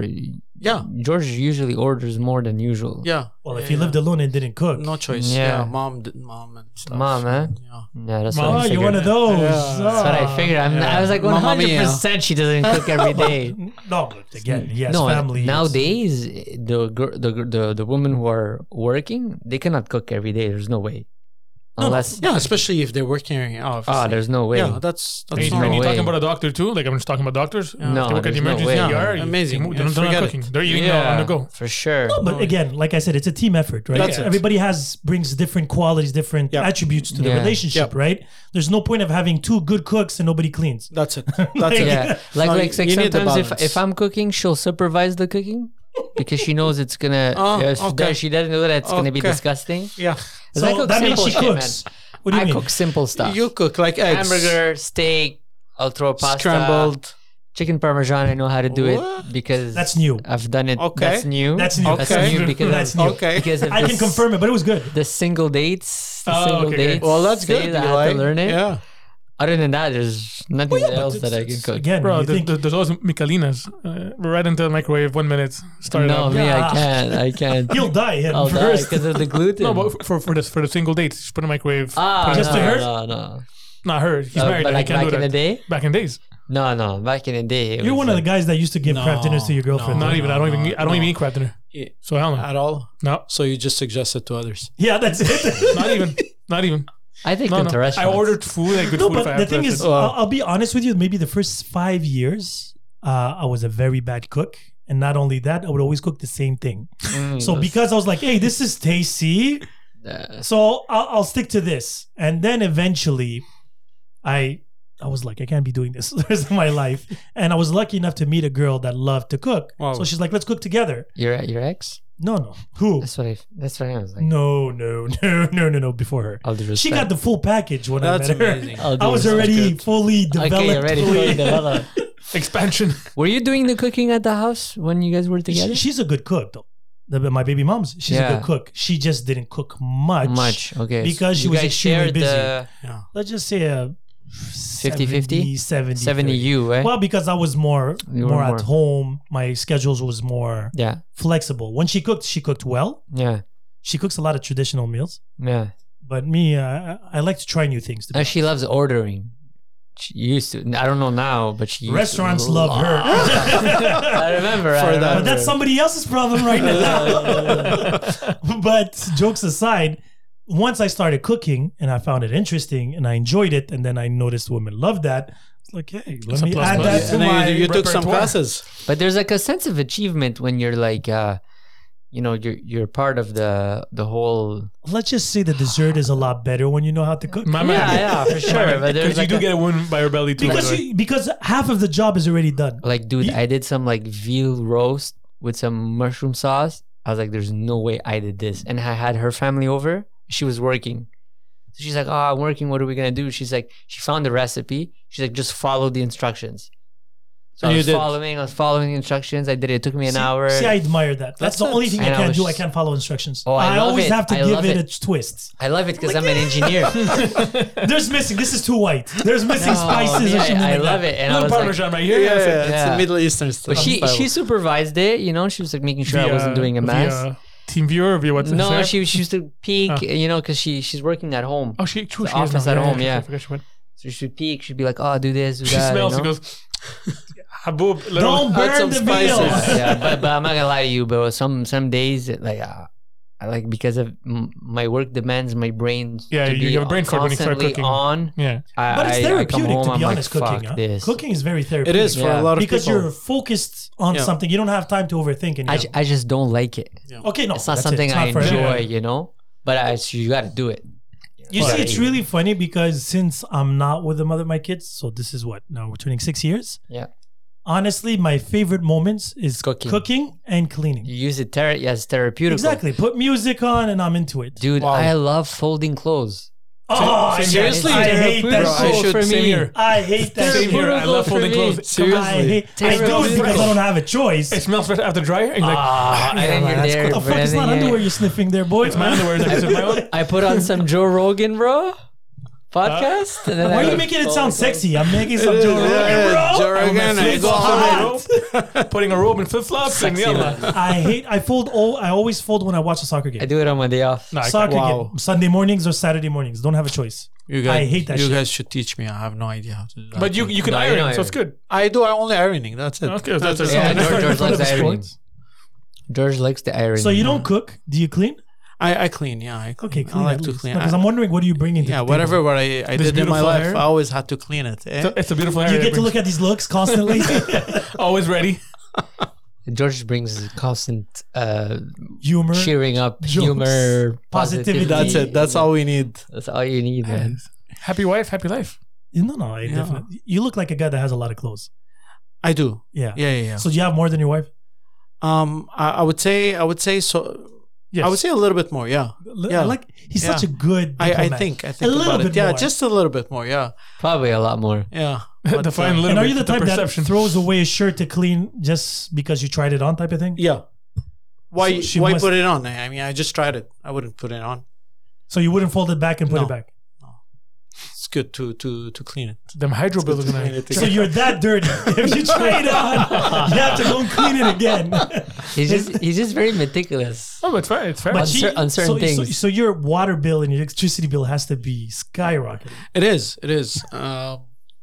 Yeah, George usually orders more than usual. yeah. Well, if yeah, he yeah. lived alone and didn't cook, No choice. Yeah. Yeah, mom, did, mom, and stuff. Mom, eh? Yeah. yeah, that's Mom, oh, what I you're figured. one of those. Ah. Yeah. that's what I figured. I'm, I was like Mamma 100 mia. percent. She doesn't cook every day. No, but again, yes, no, family. nowadays the gir- the gir- the the women who are working, they cannot cook every day. There's no way, No, no. unless Yeah, especially if they're working out. ah, there's no way. Yeah, that's And no that's you- and normal. you're talking way. about a doctor too. Like I'm just talking about doctors. Yeah. No, They work at there's the no way. emergency ER. you- Amazing. they move- They're Yeah, not, they're not forget cooking. They're eating Yeah, on the go. for sure. No, but No, again, like I said, it's a team effort, right? That's it. Everybody has brings different qualities, different Yeah. attributes to the Yeah. relationship, right? There's no point of having two good cooks and nobody cleans. That's it. That's it. yeah, like No, like, you- like you need the sometimes if balance. if I'm cooking, she'll supervise the cooking because she knows it's gonna. Oh, if okay. she doesn't know that it's gonna be Okay. disgusting. Yeah. Because So I cook that means simple she shit, man. cooks. What do you I mean? cook simple stuff. You cook like eggs. hamburger, steak. I'll throw pasta. Scrambled. Chicken parmesan, I know how to do What? it because That's new. I've done it. Okay. That's new. That's new. That's Okay. new because That's of, new. Okay. Because of I can this- confirm it, but it was good. the single dates. The Oh, single okay, okay. dates. Well, that's say good. that I had Eli. to learn it. Yeah. Other than that, there's nothing else that I can cook. Again, Bro, you there- think there- there's always Michalinas. Uh, right into the microwave, one minute, start it No, up. me, Yeah. I can't. I can't. he'll die him I'll die first. because of the gluten. No, but for for this for the single dates, just put a microwave. ah, Just no, to her? No, no. not her. He's Uh, married. but he like can't back do in the that. day? Back in days. No, no. Back in the day, it You're was one of the like- guys that used to give crap dinners to your No, Oh, girlfriend. no, not right? even. I don't even. no, eat- I don't no. even eat crap dinner. Yeah. So hell no. Ah. At all. No, So you just suggested to others. Yeah, that's it. not even. Not even. I think No, them to no. I restaurants. ordered food. I good no, food if I but the have thing to, is, that's it. I'll, I'll be honest with you. Maybe the first five years, uh, I was a very bad cook, and not only that, I would always cook the same thing. Mm, So that's- because I was like, "Hey, this is tasty," uh, so I'll, I'll stick to this. And then eventually, I I was like, I can't be doing this the rest of my life. And I was lucky enough to meet a girl that loved to cook. Wow. So she's like, "Let's cook together." your your ex? No, no, who? That's what I. That's what I was like. No, no, no, no, no, no. Before her, All due respect. Mm. she got the full package when That's I met her. amazing. All due I was respect. already Good. fully developed. Okay, already fully- fully developed. expansion. Were you doing the cooking at the house when you guys were She- together? she's a good cook, though. The- my baby mom's. She's a Yeah. good cook. She just didn't cook much. Much. Okay. Because she you was guys extremely shared the Let's just say uh, a 70, 70, 50-50? 70 30. you, right? Well, because I was more You were more at more- home. My schedules was more yeah. flexible. When she cooked, she cooked well. Yeah. She cooks a lot of traditional meals. Yeah. But me, uh, I, I like to try new things. To Now she loves ordering. She used to. I don't know now, but she used Restaurants to love her. I remember. But I For that. remember. that's somebody else's problem right now. but jokes aside, once I started cooking and I found it interesting and I enjoyed it, and then I noticed women love that. It's like, hey, let a me plus add one. that Yeah. to And my. then you, you took some repertoire. classes. But there's like a sense of achievement when you're like, uh, you know, you're you're part of the the whole. Let's just say the dessert is a lot better when you know how to cook. My man. yeah, for sure. But Because there's you like, do a- get a wound by your belly too. because by the way. you, because half of the job is already done. like, dude, You- I did some like veal roast with some mushroom sauce. I was like, there's no way I did this. And I had her family over. She was working. So she's like, oh, I'm working. What are we gonna do? She's like, she found the recipe. She's like, just follow the instructions. So And I you was did. following. I was following the instructions. I did it. It took me an see, hour. See, I admire that. That's, That's the it. only thing I And I can't was- do. I can't follow instructions. Oh, I love always it. have to I give love it, it. a twist. I love it because I'm an engineer. There's missing. This is too white. There's missing Oh, spices. man, or something I like love that. it. And I Little was like, parmesan right here. Yeah, that's it. It's Yeah. a Middle Eastern stuff. But she she supervised it, you know. She was like making sure I Via- wasn't doing a mess. via Team viewer or via what's no, Instagram? she she used to peek, Oh. you know, because she she's working at home. Oh, she true. the She is office now. at home, true, true, yeah. I forgot she went. So she would peek. She'd be like, "Oh, do this, do She that." you smells. She know? goes. Haboob. let Don't all- Add burn some the spices. meal. yeah, but, but I'm not gonna lie to you, bro. Some some days, it, like, uh, I like because of m- my work demands my brain. Yeah, to you be have a brain fart when you start constantly cooking. On, Yeah. I, But it's I- I come therapeutic home, to be I'm honest. like, cooking, "Fuck huh? this." cooking is very it therapeutic. is for Yeah. a lot of because people. you're focused on Yeah. something. You don't have time to overthink. And I, ju- I just don't like it. okay, no, It's not Oh, that's it. something It's I not for everyone. enjoy, you know. But I, it's- you got to do it. You But- see, it's really funny because since I'm not with the mother of my kids, so this is what now we're turning six years. Yeah. Honestly, my favorite moments is Cooking. cooking, and cleaning. you use it ter- as therapeutic. Exactly. Put music on and I'm into it. Dude, Wow. I love folding clothes. oh, I- seriously? I hate Bro, that I shit. should- for same me. here. I hate that Same shit. here. I love for folding me. clothes. I hate. I Terrible. do it because I don't have a choice. It smells fresh after dryer. And you're like, Ah, I didn't That's get what the fuck is not underwear you're sniffing there, boy? it's my underwear. It's like, is it my own? I put on some Joe Rogan, bro. Podcast. and then Why I are you like making it fold sound the sexy? I'm making some is, Joe yeah, Rogan, yeah. bro. Joe Oh, Rogan, I'm I so go hot. Putting a robe and flip flops. And clothes. Ah. Sexy, yeah. man. I hate. I fold. All, I always fold when I watch a soccer game. I do it on my day off. No, I soccer can't. Wow. game. Sunday mornings or Saturday mornings. Don't have a choice. You guys, I hate that You shit. guys should teach me. I have no idea how to do that. But you you can No, you know iron, so it's iron. good. I do only ironing. That's it. Okay, that's it. it. Yeah, Let's George, start in George front likes of the the ironing. sports. George likes the iron. So you don't cook? Do you clean? I, I clean. Yeah, I clean. Okay, clean. I like at to least. clean. No, 'cause I'm wondering what are you bringing? To yeah, the whatever what I, I This did in my beautiful life, hair. I always had to clean it. eh? It's a- It's a beautiful Table? area. You get to look at these looks constantly. always ready. George brings constant uh, Humor. cheering up, Jokes. humor, Positivity. positivity. That's it. That's all we need. That's all you need, man. Happy wife, happy life. No, no. I Yeah. definitely. You look like a guy that has a lot of clothes. I do. Yeah. Yeah, yeah, yeah. So do you have more than your wife? um, I, I would say, I would say so. Yes. I would say a little bit more. Yeah, L- Yeah. I Like he's Yeah. such a good. I, I diplomat. think. I think a little about bit it. Yeah, more. just a little bit more. Yeah, Probably a lot more. yeah. But, the fine uh, little And are bit, you the type that perception. throws away a shirt to clean just because you tried it on, type of thing? Yeah. Why? So she why must- put it on? I I mean, I just tried it. I wouldn't put it on. So you wouldn't fold it back and put No. it back. It's good to to to clean it. Them hydro bills It's are good to gonna. clean it So you're that dirty. if you try it on, you have to go and clean it again. He's just he's just very meticulous. Oh, it's fair. It's fair. But cer- on certain so, So, things. so your water bill and your electricity bill has to be skyrocketing. It is. It is. Uh,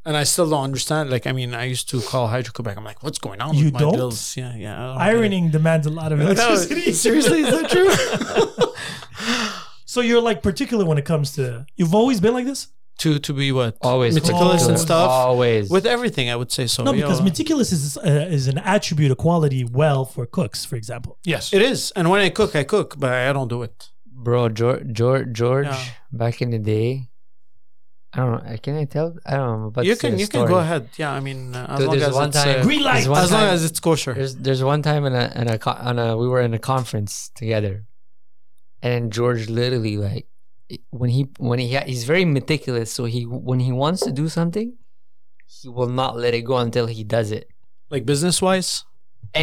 and I still don't understand. Like, I mean, I used to call Hydro Quebec. I'm like, what's going on You with my don't? bills? Yeah, yeah. I don't get it. Ironing demands a lot of No, electricity. seriously, is that true? So you're like particular when it comes to. You've always been like this. to to be what Always meticulous and meticulous. stuff. Always. With everything, I would say so. No, yeah. because meticulous is uh, is an attribute, a quality, well for cooks, for example. yes. it is. And when I cook, I cook, but I don't do it. Bro, George, George, George Yeah. back in the day, I don't know. Can I tell? I don't know. But you can you can go ahead. Yeah, I mean, uh, as Dude, long there's as one it's, uh, time- Green light. There's one as long time- as it's kosher. There's there's one time in a in a co- on a we were in a conference together, and George literally like when he when he he's very meticulous. So he when he wants to do something, he will not let it go until he does it. Like business wise,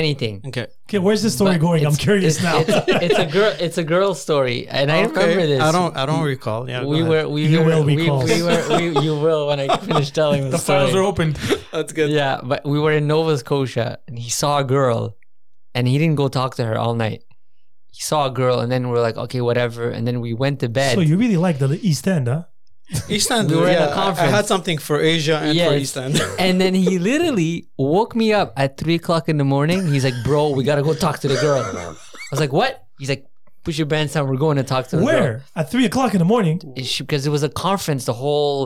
Anything. okay. Okay, where's this story But going? I'm it's- curious it's, now. It's, it's a girl. It's a girl story, and I remember this. I don't I don't recall. Yeah, We go ahead. were. We You were, will we, recall. we were. We, you will when I finish telling the, The story. files are opened. That's good. Yeah, but we were in Nova Scotia and he saw a girl and he didn't go talk to her all night. He saw a girl and then we are like, okay, whatever. And then we went to bed. so you really like the East End, huh? East End. We were at a yeah, I- I conference. had something for Asia and for Yes. East End. and then he literally woke me up at three o'clock in the morning. He's like, bro, we gotta go talk to the girl. I was like, what? He's like, push your pants down. We're going to talk to the girl. Where at three o'clock in the morning? Because it was a conference, the whole.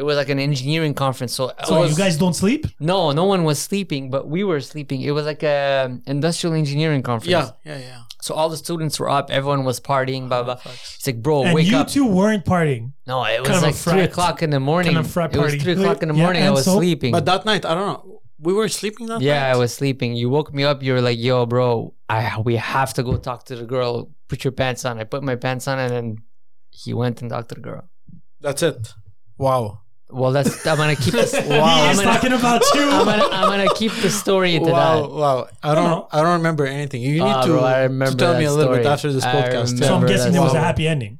It was like an engineering conference, so, I So was- you guys don't sleep? no, no one was sleeping, but we were sleeping. It was like a um, industrial engineering conference. yeah, yeah, yeah. So all the students were up, everyone was partying, blah blah. It's like, bro, And wake you up! two weren't partying. no, it kind was of a like three frat- o'clock in the morning. kind of frat it was party. three o'clock in the Yeah, morning. I and was so- sleeping. But that night, I don't know. We were sleeping that yeah, night. I was sleeping. You woke me up. You were like, "Yo, bro, I we have to go talk to the girl. Put your pants on." I put my pants on, and then he went and talked to the girl. That's it. Wow. Well, that's I'm gonna keep this. he Oh, I'm, is gonna, talking about you. I'm gonna I'm gonna keep the story to Wow, that. wow. I no. don't I don't remember anything. You need Ah, to, bro, I to remember tell me that a little bit story. after this I podcast. so yeah. I'm remember guessing that there was a story. happy ending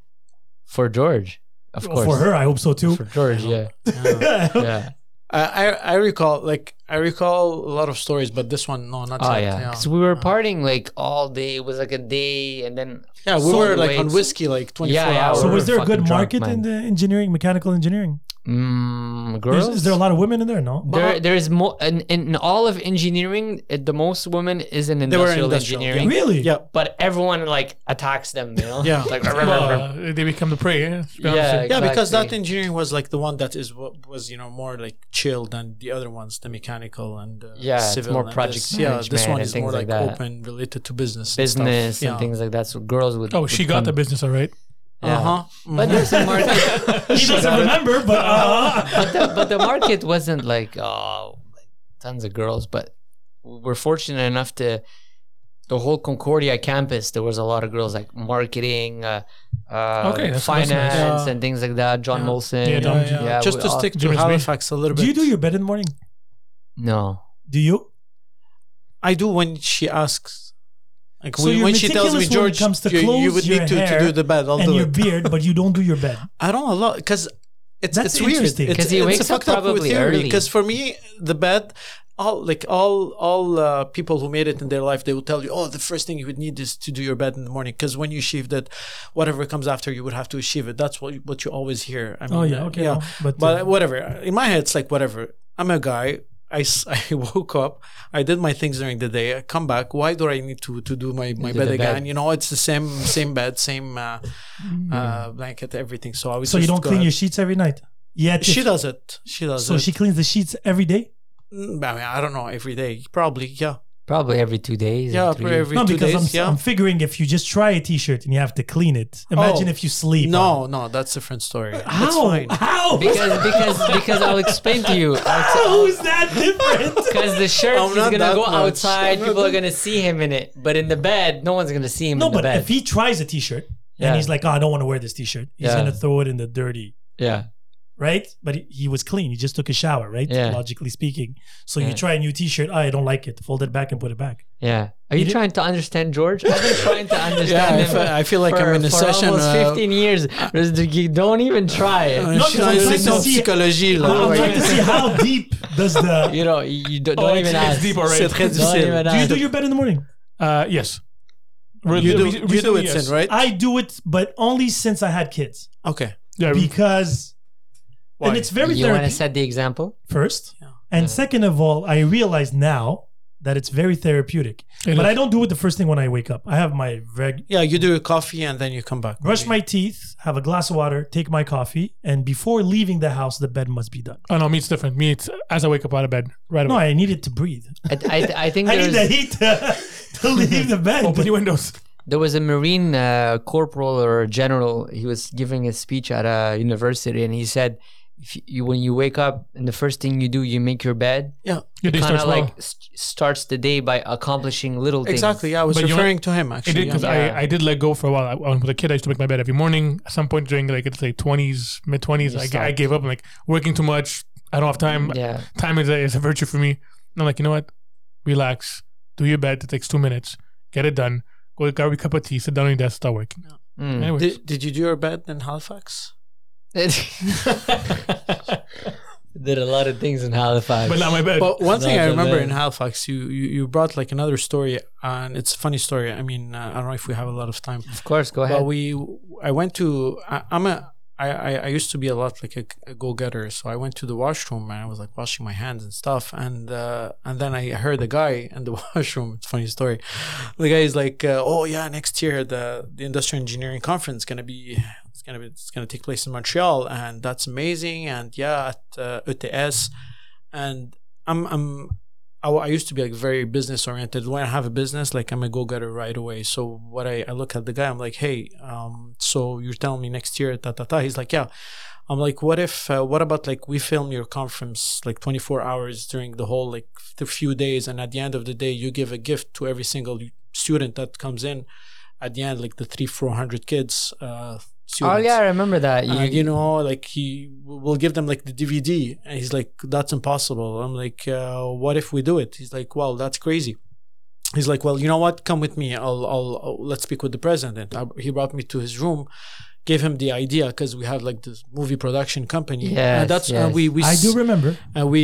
for George, of course. for her. I hope so too. for George, yeah, yeah. I, I I recall like I recall a lot of stories, but this one no not Oh yet. yeah, yeah. because we were partying like all day. It was like a day, and then Yeah, we So were like wait. on whiskey like twenty four Yeah, yeah, hours. So was there a good Fucking drunk, market in the engineering, mechanical engineering? There's- mm, girls. Is there a lot of women in there? No. There, there is more in, in all of engineering. uh, The most women is in were industrial, industrial, yeah. engineering, Really? yeah. but everyone like attacks them. You know, Yeah. like, Uh, they become the prey. eh? To be honest Yeah, with you. Yeah, because that Exactly. engineering was like the one that is what was you know more like chill than the other ones, the mechanical and uh, Yeah, it's civil more and project this. Yeah, this management one and is things more like like, that. open, related to business, business and and, stuff. things like that. So girls would. Oh, she got the the. business, all right. yeah. Uh huh. But there's a market. He doesn't remember, but uh, but, the, but the market wasn't like oh, like tons of girls. But we're fortunate enough to the whole Concordia campus. There was a lot of girls like marketing, uh, uh, Okay, that's- that's nice. finance, and things like that. John Yeah. Molson. Yeah, John- Yeah, Just we to all- stick to Jimmy's Bay. Halifax a little bit. do you do your bed in the morning? No. Do you? I do when she asks. Like So when- you're when she tells me, meticulous when it George, comes to you, you clothes, would your need to, to hair, do the bed. I'll and do your it. beard, but you don't do your bed. I don't allow because it's That's it's weird. interesting. It's- 'Cause he it's wakes up fucked with probably theory, early. Because for me, the bed, all like all all uh, people who made it in their life, they will tell you, oh, the first thing you would need is to do your bed in the morning. Because when you achieve that, whatever comes after, you would have to achieve it. That's what you- what you always hear. I mean, Oh, yeah, okay, no, but, but uh, whatever. In my head, it's like whatever. I'm a guy. I, s- I woke up. I did my things during the day. I come back. Why do I need to to do my, my Do bed the again? bed. You know, it's the same same bed, same uh, uh, blanket, everything. So I was So you just don't go clean ahead. your sheets every night. Yet She if- does it. She does so it. she cleans the sheets every day. Mm, I mean, I don't know. Every day, probably. Yeah. Probably every two days. Yeah. or three. Every No, two because I'm, days. yeah. I'm figuring if you just try a t-shirt and you have to clean it. Imagine Oh, if you sleep. no, no, that's a different story. That's Uh, How? fine. How? Because because because I'll explain to you. Who's that different? Because the shirt I'm is not gonna that go much. outside, I'm not people are that- gonna see him in it. But in the bed, no one's gonna see him no, in the but bed. if he tries a t-shirt Yeah. and he's like, "Oh, I don't want to wear this t-shirt," he's Yeah. gonna throw it in the dirty yeah. right? But he, he was clean. He just took a shower, right? Yeah. Logically speaking. So Yeah. you try a new T-shirt. "Ah, I don't like it. Fold it back and put it back. Yeah. Are you, You- trying to understand George? I've been trying to Yeah, understand I him. fe- I feel like for, I'm in a for session. almost uh, 15 years. You Don't even try uh, it. No, 'cause she's I'm in trying to some see- psychology, I'm like- trying to see how deep does the. You know, you don't, Oh, don't it's- even it's ask. deep already. C'est très Don't even difficile. Do you ask. do your bed in the morning? Uh, yes. You Re- do, re- you do recently, it, yes. Sin, right? I do it, but only since I had kids Okay. Yeah. re- because, Um, Why? and it's very You want to therapeutic. set the example? first, Yeah. and second of all, I realize now that it's very therapeutic. It but is. I don't do it the first thing when I wake up. I have my reg- Yeah, you do your coffee and then you come back. brush my teeth, have a glass of water, take my coffee, and before leaving the house, the bed must be done. Oh no, me it's different. Me it's as I wake up out of bed right No, away. I need it to breathe. I, I, I think I need the there's, heat to, to leave the bed. Open the windows. there was a Marine uh, corporal or general. He was giving a speech at a university, and he said, if you, "When you wake up, and the first thing you do, you make your bed. Yeah, Your day Kind starts of well. like st- starts the day by accomplishing little things. exactly. Yeah, I was But you know- referring to him It actually. did because yeah. Yeah. I, I did let go for a while. I, when I was a kid, I used to make my bed every morning. At some point during like it's like twenties, mid twenties, You I, g- stopped. I gave up. I'm like working too much. I don't have time. Yeah. Time is a, is a virtue for me. And I'm like, you know what? Relax. Do your bed. It takes two minutes. Get it done. Go grab your cup of tea. Sit down on your desk. Start working. Mm. Anyways, Did, did you do your bed in Halifax? Did a lot of things in Halifax. but not my bed. Well, one It's thing not I so remember bad. in Halifax, you, you you brought like another story, and it's a funny story. I mean, uh, I don't know if we have a lot of time. of course, go ahead. But we, I went to, I, I'm a, I, I, I used to be a lot like a, a go-getter. So I went to the washroom and I was like washing my hands and stuff. And uh, and then I heard a guy in the washroom. It's a funny story. The guy is like, uh, oh yeah, next year the the industrial engineering conference gonna be. It's gonna be. It's gonna take place in Montreal, and that's amazing. And yeah, at uh, ETS, and I'm I'm I, I used to be like very business oriented. When I have a business, like I'm a go getter right away. So what I, I look at the guy, I'm like, hey, um, so you're telling me next year, ta ta ta. He's like, yeah. I'm like, what if, uh, what about like we film your conference like 24 hours during the whole like the few days, and at the end of the day, you give a gift to every single student that comes in. At the end, like the three, four hundred kids. Uh, oh students. yeah, I remember that. You, And, Uh, you know, like he will give them like the DVD, and he's like, "That's impossible." I'm like, uh, "What if we do it?" He's like, "Well, that's crazy." He's like, "Well, you know what? Come with me. I'll, I'll, I'll- let's speak with the president." I, he brought me to his room, gave him the idea because we have like this movie production company. Yes, and that's and yes. we we I do s- remember. and we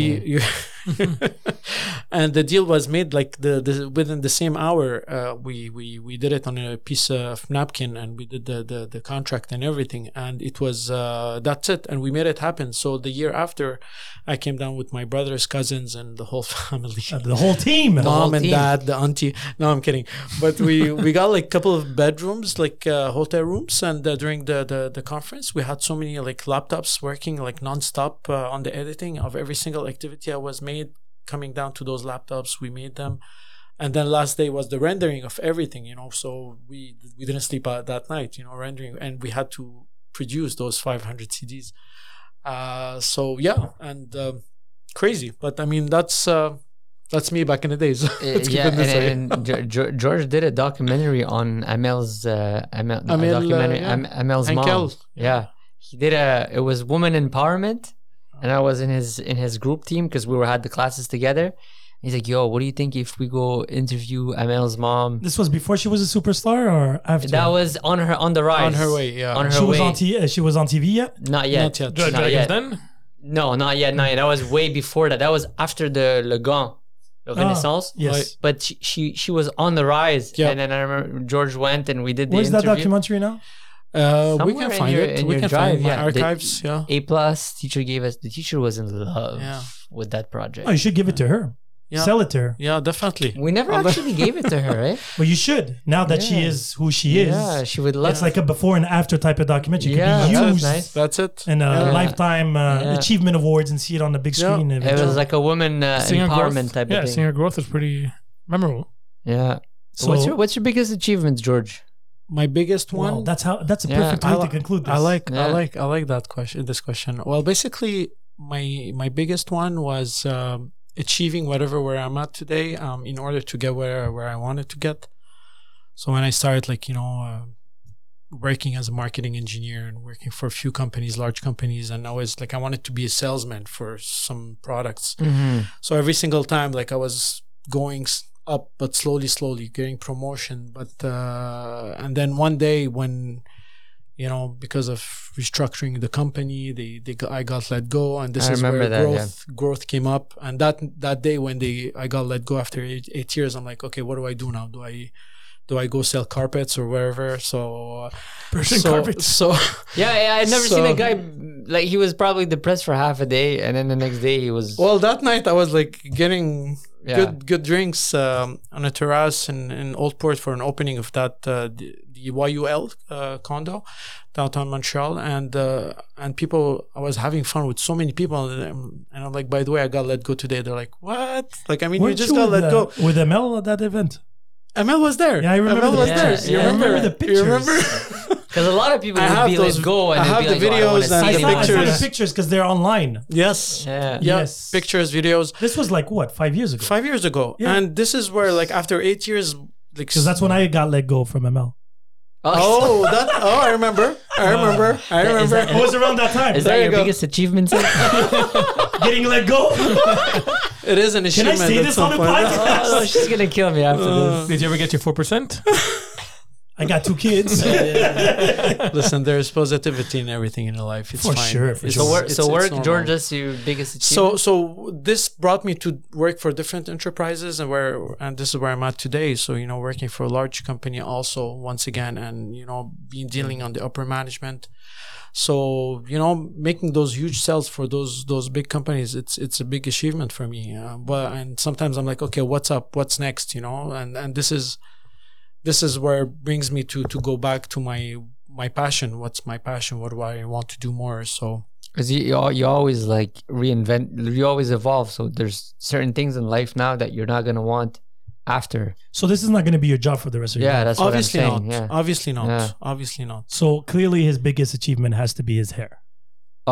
and the deal was made like the, the within the same hour uh, we we we did it on a piece of napkin and we did the the, the contract and everything and it was uh, that's it and we made it happen so the year after i came down with my brothers cousins and the whole family Uh, the whole team. mom whole and team. dad the auntie no i'm kidding but we we got like a couple of bedrooms like uh, hotel rooms and uh, during the, the the conference we had so many like laptops working like nonstop uh, on the editing of every single activity i was made coming down to those laptops we made them and then last day was the rendering of everything you know so we we didn't sleep out that night you know rendering and we had to produce those 500 cds uh so yeah and um crazy but i mean that's uh that's me back in the days Uh, Let's keep yeah, it this way. and, and Ge- Ge- George did a documentary on Amel's uh, Amel, a Amel, uh, documentary, yeah. Am- Amel's mom. Henkel. Yeah, he did a. It was woman empowerment, and I was in his in his group team because we were had the classes together. He's like, "Yo, what do you think if we go interview Amel's mom?" This was before she was a superstar, or after. That was on her on the rise on her way yeah on her she was way. on t- uh, she was on TV yet. not yet. Not yet. Do I- do I Not guess yet. then? No, not yet. Not yet. That was way before that. That was after the Le Gant, Ah, Le Renaissance. Ah, Yes. Right. But she, she she was on the rise, Yeah. and then I remember George went and we did the Where's that interview. documentary now? uh, we Somewhere can in find your- it in we your can drive, find my yeah. The- archives yeah A plus teacher gave us. The teacher was in love Yeah. with that project. Oh, you should give it to her. Yeah. Sell it to her. yeah definitely we never On the- actually gave it to her, right? Well, you should now that she Yeah. is who she is. yeah, she would love. It's like a before and after type of documentary. It Yeah, could be that was used nice. that's it in a Yeah. lifetime uh, Yeah. achievement awards and see it on the big Yeah. screen. if it it's- was like a woman uh, Seeing her empowerment growth- type Yeah, of thing. seeing her growth is pretty memorable. yeah. so. what's your what's your biggest achievement, George? my biggest wow, one that's how. That's a Yeah. perfect I way to li- conclude this. I like I Yeah. like I like that question this question. Well basically my my biggest one was um, achieving whatever where I'm at today um, in order to get where where I wanted to get. So when I started like you know uh, working as a marketing engineer and working for a few companies, large companies, and always like I wanted to be a salesman for some products. Mm-hmm. So every single time, like I was going s- up, but slowly, slowly getting promotion. But uh, and then one day when you know because of restructuring the company, they, they got, I got let go, and this I is remember where that, growth growth came up. And that that day when they I got let go after eight, eight years, I'm like, okay, what do I do now? Do I do I go sell carpets or wherever? So, uh, Persian so, carpets. so Yeah, yeah, I'd never So- seen a guy like he was probably depressed for half a day, and then the next day he was. well, that night I was like getting yeah. good good drinks um, on a terrace in, in Oldport for an opening of that uh, the, the YUL uh, condo downtown Montreal and uh, and people I was having fun with so many people and, I'm- and I'm like by the way I got let go today they're like what like I mean Weren't you just got with, let uh, go with ML at that event. Emil was there Yeah, I remember Emil the was there pictures. you Yeah. I remember, remember the you remember Because a lot of people I would have be those- let go and I they'd have be the like, oh, I don't wanna videos and see I the saw, I anymore. saw the pictures. pictures because they're online. yes Yeah. yeah Yes. pictures videos This was like what five years ago? five years ago Yeah. and this is where like after eight years like Because that's when I got let go from ML. oh that oh I remember I remember I Is that- remember It was around that time. Is that There your you go. biggest achievement? sir? Getting let go? It is an Can I achievement. say at this on some the point. podcast? oh, she's gonna kill me after Uh, this. Did you ever get your four percent? I got two kids. Listen, there's positivity in everything in life. It's For fine. sure, for It's- sure. So work, it's- so it's work, normal. George. That's your biggest achievement. So, so this brought me to work for different enterprises, and where, and this is where I'm at today. So, you know, working for a large company, also once again, and you know, being dealing on the upper management. So, you know, making those huge sales for those those big companies, it's it's a big achievement for me. Uh, but and sometimes I'm like, okay, what's up? What's next? You know, and and this is this is where it brings me to to go back to my my passion. What's my passion? What do I want to do more? So. Because you, you al- you always like reinvent, you always evolve. So there's certain things in life now that you're not gonna want after. so this is not going to be your job for the rest of your Yeah, life. that's Obviously what I'm not. saying. Yeah. Obviously not. Yeah. Obviously not. So clearly his biggest achievement has to be his hair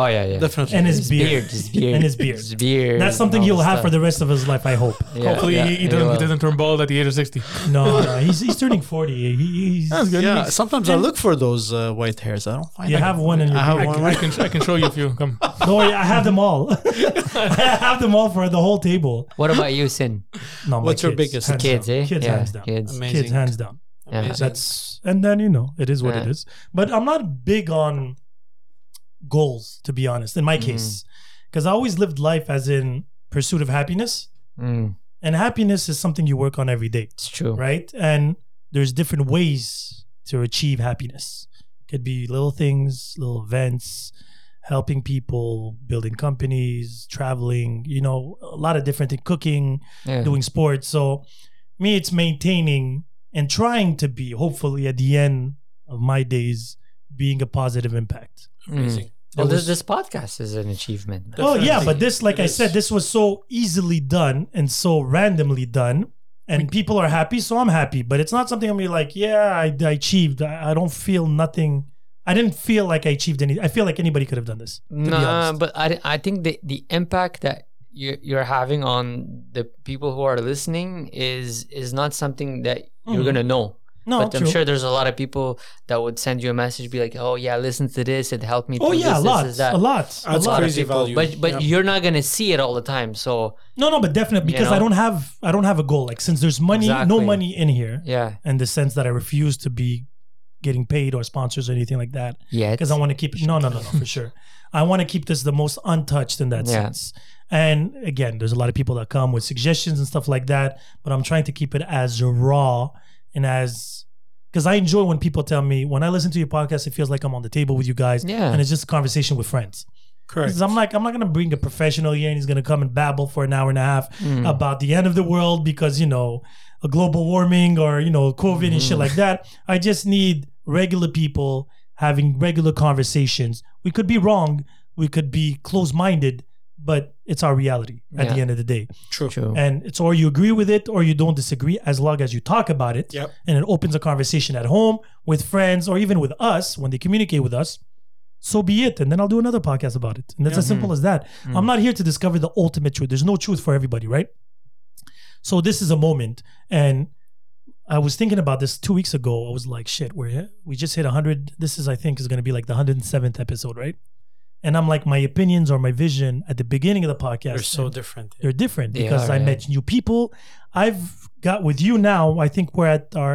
Oh yeah, yeah. Definitely. and his beard. his beard, And his beard. his beard. That's something he'll have for the rest of his life, I hope. Yeah, Hopefully yeah, he, he doesn't, he will. doesn't turn bald at the age of sixty. No, no, he's, he's turning 40. He, he's, That's good. yeah, sometimes I look for those uh, white hairs. I don't find You them. have one in your I have I beard. can, I can I can show you if you come. Don't worry, I have them all. I have them all for the whole table. What about you, Sin? No, my What's your kids, biggest- hands Kids, down. eh? Kids, yeah, hands down. Kids. Amazing. Kids, hands down. Yeah. Amazing. That's and then you know it is what it Yeah. is. But I'm not big on goals, to be honest. In my case, because I always lived life as in pursuit of happiness, Mm, and happiness is something you work on every day, it's true. right? And there's different ways to achieve happiness. Could be little things, little events, helping people, building companies, traveling. You know, a lot of different things. Cooking Yeah. doing sports. So me, it's maintaining and trying to be, hopefully, at the end of my days, being a positive impact. Mm. amazing. Well, That this, was- this podcast is an achievement. man. Oh yeah, Definitely. but this, like It I is. said, this was so easily done and so randomly done, and people are happy, so I'm happy. But it's not something I'm gonna be like, yeah, I, I achieved. I, I don't feel nothing. I didn't feel like I achieved any. I feel like anybody could have done this. to be No, honest. but I, I think the, the impact that you, you're having on the people who are listening is is not something that you're Mhm. gonna know. no, but I'm true. sure there's a lot of people that would send you a message, be like, "Oh yeah, listen to this. It helped me." Oh through yeah, a this, lot, This, is that. a lot, a That's lot. crazy people. value. But but Yeah. you're not gonna see it all the time. So No, no, but definitely You because I know? don't have, I don't have a goal. Like since there's money, no Exactly. money in here. yeah, in the sense that I refuse to be getting paid or sponsors or anything like that yeah. because I want to keep it. No, no, no, no, for sure. I want to keep this the most untouched in that Yeah. sense. And again, there's a lot of people that come with suggestions and stuff like that, but I'm trying to keep it as raw and as because I enjoy when people tell me when I listen to your podcast, it feels like I'm on the table with you guys, Yeah. and it's just a conversation with friends. Correct. 'Cause I'm like, I'm not gonna bring a professional here and he's gonna come and babble for an hour and a half Mm. about the end of the world because you know a global warming or you know COVID and shit like that. I just need regular people having regular conversations. We could be wrong, we could be close-minded, but it's our reality at the Yeah. Hmm. end of the day. True. True. And it's or you agree with it or you don't disagree as long as you talk about it. Yep. And it opens a conversation at home with friends or even with us when they communicate with us. So be it. And then I'll do another podcast about it. And that's Mm-hmm. as simple as that. Mm. I'm not here to discover the ultimate truth. There's no truth for everybody, right? So this is a moment. And I was thinking about this two weeks ago. I was like, shit, we're we just hit 100. This is, I think, is going to be like the 107th episode, right? And I'm like, my opinions or my vision at the beginning of the podcast They're so and different. they're different They because are, I yeah. met new people. I've got with you now. I think we're at our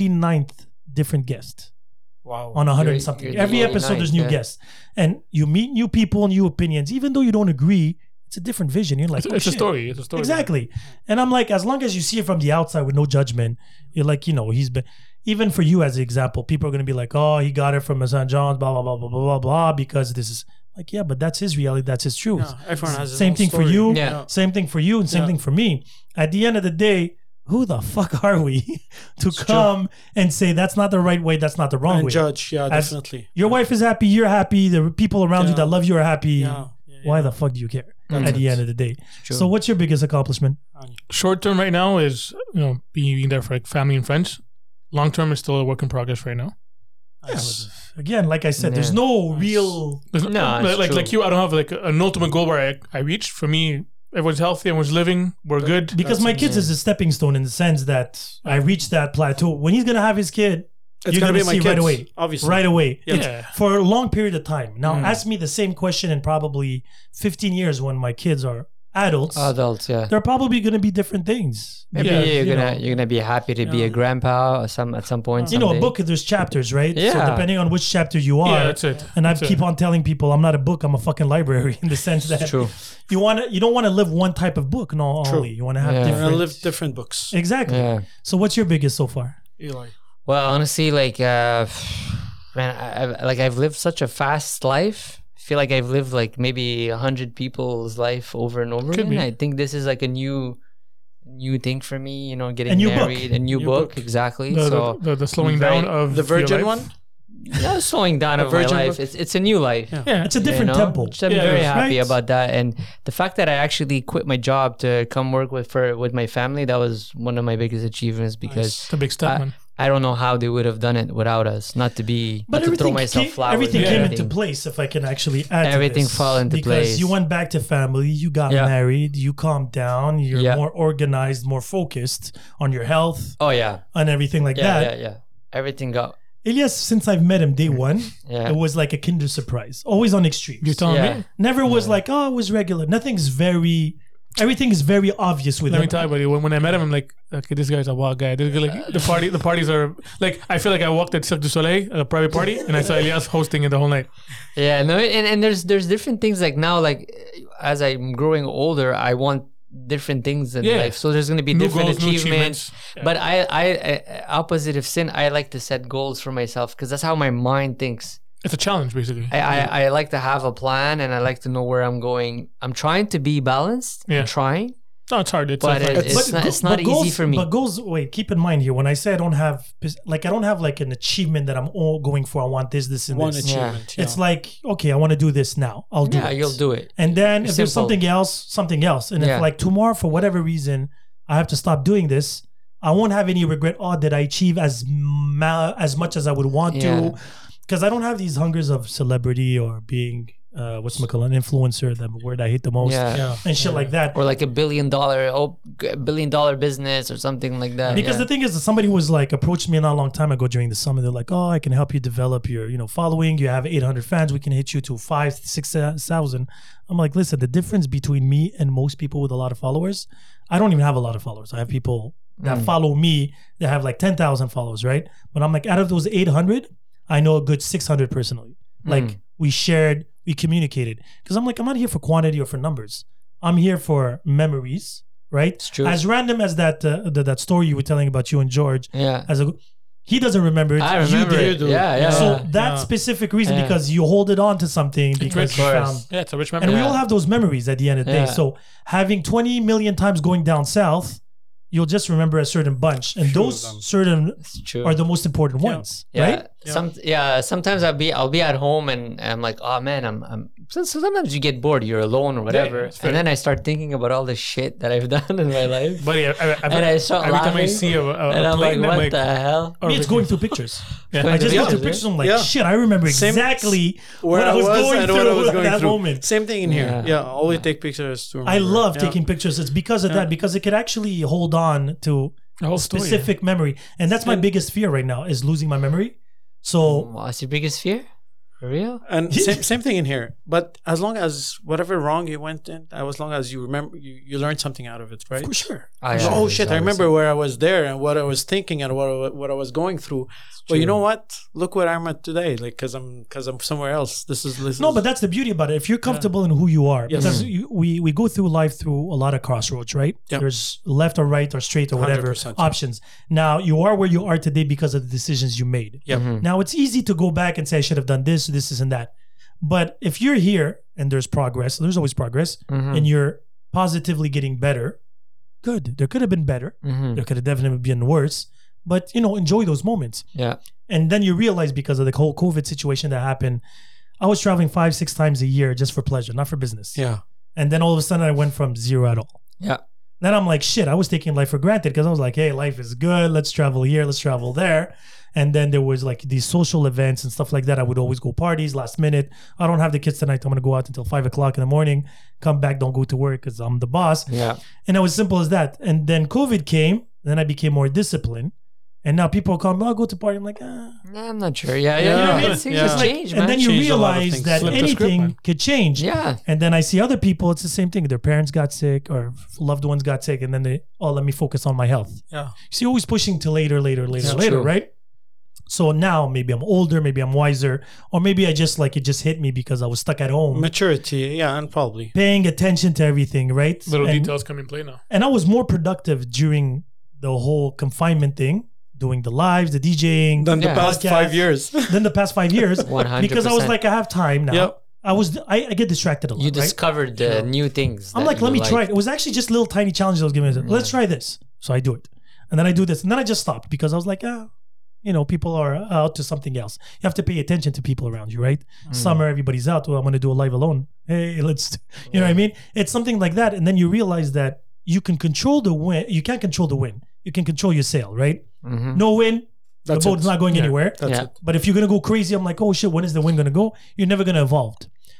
89th different guest Wow. on 100 and You're- something. you're Every the episode, there's 89th, new yeah. guests, and you meet new people, new opinions, even though you don't agree. It's a different vision. You're like, It's, "Oh, it's a shit." story. It's a story. Exactly. And I'm like, as long as you see it from the outside with no judgment, you're like, you know, he's been, even for you as an example, people are going to be like, oh, he got it from St. John's, blah, blah, blah, blah, blah, blah, blah, because this is like, yeah, but that's his reality. That's his truth. Yeah, everyone has his Same own thing for story. you. Yeah. Same thing for you and same Yeah. thing for me. At the end of the day, who the fuck are we to true. come and say that's not the right way, that's not the wrong And way? judge, yeah, As- definitely. Your wife is happy, you're happy, the people around you Yeah. that love you are happy. Yeah. yeah, Why yeah. the fuck do you care Mm. at the end of the day? True. So, what's your biggest accomplishment? Short term right now is you know being there for like family and friends. Long term is still a work in progress right now. Yes. Again, like I said, there's Yeah. no Nice. real. There's No, it's like, like true. like you, I don't have like an ultimate goal where I I reached. For me, everyone's healthy, everyone's living, we're good. Because That's my kids is a stepping stone in the sense that I reached that plateau. When he's gonna have his kid, It's you're gonna, gonna be my see right kids, away, obviously. right away, Yeah. Yeah. for a long period of time. Now, Mm. ask me the same question in probably 15 years when my kids are adults. Adults, yeah. they're probably gonna be different things. Oh, Maybe Yeah, you're you gonna know. you're gonna be happy to be Yeah. a grandpa or some at some point. You know, a someday. book there's chapters, right? So Yeah. depending on which chapter you are, Yeah, that's it. and I That's it. keep on telling people I'm not a book, I'm a fucking library in the sense that It's true. you want to you don't want to live one type of book, no, True. only you want to have Yeah. We're different. gonna live different books. Exactly. Yeah. So what's your biggest so far? Eli. Well, honestly, like, uh, man, I, I, like I've lived such a fast life. I feel like I've lived like maybe a hundred people's life over and over Could again. be. I think this is like a new, new thing for me. You know, getting new book. married, a new, New book, book. exactly. the, so the, the, the slowing Very- down of The your virgin life. one? yeah, slowing down A of my virgin life. book. It's it's a new life. Yeah. Yeah, It's a different you know? temple. Which I'm Yeah, very right. happy about that, and the fact that I actually quit my job to come work with for with my family. That was one of my biggest achievements because it's a big step, I- man. I don't know how they would have done it without us. Not to be, not to throw myself came, flowers. everything and came into place. If I can actually add to Everything this. fall into because place. you went back to family, you got Yeah. married, you calmed down, you're Yeah. more organized, more focused on your health Oh yeah, and everything like yeah, that. yeah, yeah. Everything got Elias, since I've met him day one, Mm. yeah. it was like a Kinder surprise. Always on extremes. You're telling yeah. me? Never was like, oh, it was regular. Nothing's very. Everything is very obvious with Let me him. tell you, buddy. When, when I met him, I'm like, okay, this guy's a wild guy. This guy, like, the party, the parties are like. I feel like I walked at Cirque du Soleil, at a private party, and I saw Elias hosting it the whole night. Yeah, no, and, and there's there's different things like now, like as I'm growing older, I want different things in Yeah. life. So there's gonna be New different goals, new achievements. achievements. Yeah. But I, I, I, opposite of sin, I like to set goals for myself because that's how my mind thinks. It's a challenge, basically. I, I, I like to have a plan and I like to know where I'm going. I'm trying to be balanced. I'm Yeah. trying, no, it's hard. It's, but it's, it- it's not go- it's not but easy goals, for me. But goals, wait, keep in mind here. When I say I don't have, like, I don't have like an achievement that I'm all going for. I want this, this, and One this. achievement. It's like, okay, I want to do this now. I'll do yeah, it. you'll do it. And then if there's Simple. something else, something else. And Yeah. if like tomorrow for whatever reason I have to stop doing this, I won't have any regret. Oh, did I achieve as ma- as much as I would want Yeah. to? Because I don't have these hungers of celebrity or being uh, what's it called, an influencer, the word I hate the most, Yeah. yeah. and shit like that. or like a billion dollar oh g- billion dollar business or something like that Because yeah. the thing is, somebody was like approached me not a long time ago during the summer. They're like, "Oh, I can help you develop your, you know, following. You have 800 fans. We can hit you to five, six thousand. I'm like, listen, the difference between me and most people with a lot of followers, I don't even have a lot of followers. I have people that Mm. follow me that have like 10,000 followers, right? But I'm like, out of those 800, I know a good 600 personally. Hmm. Like we shared, we communicated. Because I'm like, I'm not here for quantity or for numbers. I'm here for memories, right? it's true As random as that uh, the, that story you were telling about you and George, yeah as a he doesn't remember it. i you remember did. it. yeah yeah So Yeah. that Yeah. specific reason Yeah. because you hold it on to something because rich. you Of found. course. yeah, it's a rich And memory. we Yeah. all have those memories at the end of the day. Yeah. So having 20 million times going down south, you'll just remember a certain bunch, and Few of those them. certain it's true are the most important Yeah. ones, yeah. right? Yeah. Some yeah. Sometimes I'll be I'll be at home and, and I'm like, oh man, I'm I'm. So, so sometimes you get bored, you're alone or whatever, that's fair. and then I start thinking about all the shit that I've done in my life, Buddy, I, I, I, and I start every time I laughing, see a, a, and a I'm like, plane, what I'm like, the hell? or Me, it's like- going through pictures. Yeah. I just Yeah. go through Yeah. pictures. I'm like, Yeah. shit, I remember Same- exactly Where what I was, going and through what I was at going that through. moment. Same thing in here. Yeah. Yeah, always take pictures. To I remember. love Yeah. taking pictures. It's because of that because it could actually hold on to The whole story. specific memory, and that's my And- biggest fear right now is losing my memory. Mm. So What's your biggest fear? For real? And same, same thing in here. But as long as whatever wrong you went in, as long as you remember, you, you learned something out of it, right? For sure. I So, oh always- shit! I always- remember where I was there and what I was thinking and what I, what I was going through. Well, you know what? Look where I'm at today. Like, cause I'm cause I'm somewhere else. This is this no, is- but that's the beauty about it. If you're comfortable in who you are, Yes. Mm. because you, we we go through life through a lot of crossroads, right? Yeah. There's left or right or straight or whatever 100%, yeah. options. Now you are where you are today because of the decisions you made. yeah. Mm-hmm. Now it's easy to go back and say I should have done this, this, this, and that. But if you're here and there's progress, there's always progress, Mhm. and you're positively getting better, good. There could have been better. Mhm. There could have definitely been worse. But you know, enjoy those moments. Yeah. And then you realize because of the whole COVID situation that happened, I was traveling five, six times a year just for pleasure, not for business. Yeah. And then all of a sudden I went from zero at all. Yeah. Then I'm like, shit, I was taking life for granted because I was like, hey, life is good. Let's travel here. Let's travel there. And then there was like these social events and stuff like that. I would always go parties last minute. I don't have the kids tonight. I'm going to go out until five o'clock in the morning, come back, don't go to work because I'm the boss. Yeah. And it was simple as that. And then COVID came. Then I became more disciplined. And now people call me, I'll go to party. I'm like, ah. Nah, I'm not sure. Yeah. Yeah. Yeah. You know what I mean? Yeah. Things Yeah. just Like, change, man. and then you changed a lot of realize things. that Flipped the script, anything man. could change. yeah. And then I see other people, it's the same thing. Their parents got sick or loved ones got sick. And then they, oh, let me focus on my health. Yeah. So you're always pushing to later, later, later, Yeah, later, true. right? So now maybe I'm older, maybe I'm wiser, or maybe I just like it just hit me because I was stuck at home, Maturity. Yeah, and probably. paying attention to everything, right? Little and, details come in play now. and I was more productive during the whole confinement thing, doing the lives, the DJing, Than Yeah. the past Podcast. five years. than the past five years 100%. because I was like, I have time now. Yep. I was I, I get distracted a lot. you right? discovered the new things. I'm that like, you let me try it. liked. It was actually just little tiny challenges I was giving myself. Let's try this. So I do it. And then I do this. And then I just stopped because I was like, ah, you know, people are out to something else. You have to pay attention to people around you, right? Mm. Summer, everybody's out. Well, I'm going to do a live alone. Hey, let's, do- you know what I mean? It's something like that. And then you realize that you can control the win. You can't control the win. You can control your sale, right? Mhm. No win. Mm-hmm. That's the boat's it. not going Yeah. anywhere. That's Yeah. it. But if you're gonna go crazy, I'm like, oh shit, when is the wind gonna go? You're never gonna evolve.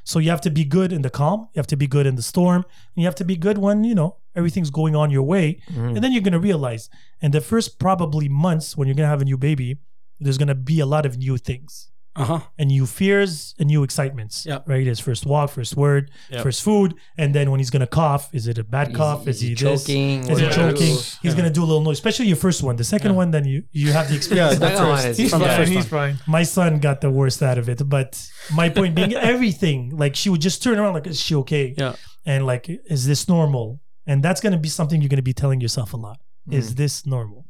So you have to be good in the calm, you have to be good in the storm, and you have to be good when you know everything's going on your way. And then you're gonna realize. And the first probably months when you're gonna have a new baby, there's gonna be a lot of new things Uh huh. and new fears and new excitements. Yeah. Right? His first walk, first word, Yeah. first food, and then when he's gonna cough, is it a bad Is- cough? Is, is he he this? choking? Is he Yeah. choking? Yeah. He's gonna do a little noise, especially your first one. The second one, then you you have the experience. Yeah, I the don't want first. it. From the Yeah. first one. he's fine. my son got the worst out of it but my point being everything like she would just turn around like is she okay Yeah. and like is this normal and that's going to be something you're going to be telling yourself a lot Mm-hmm. is this normal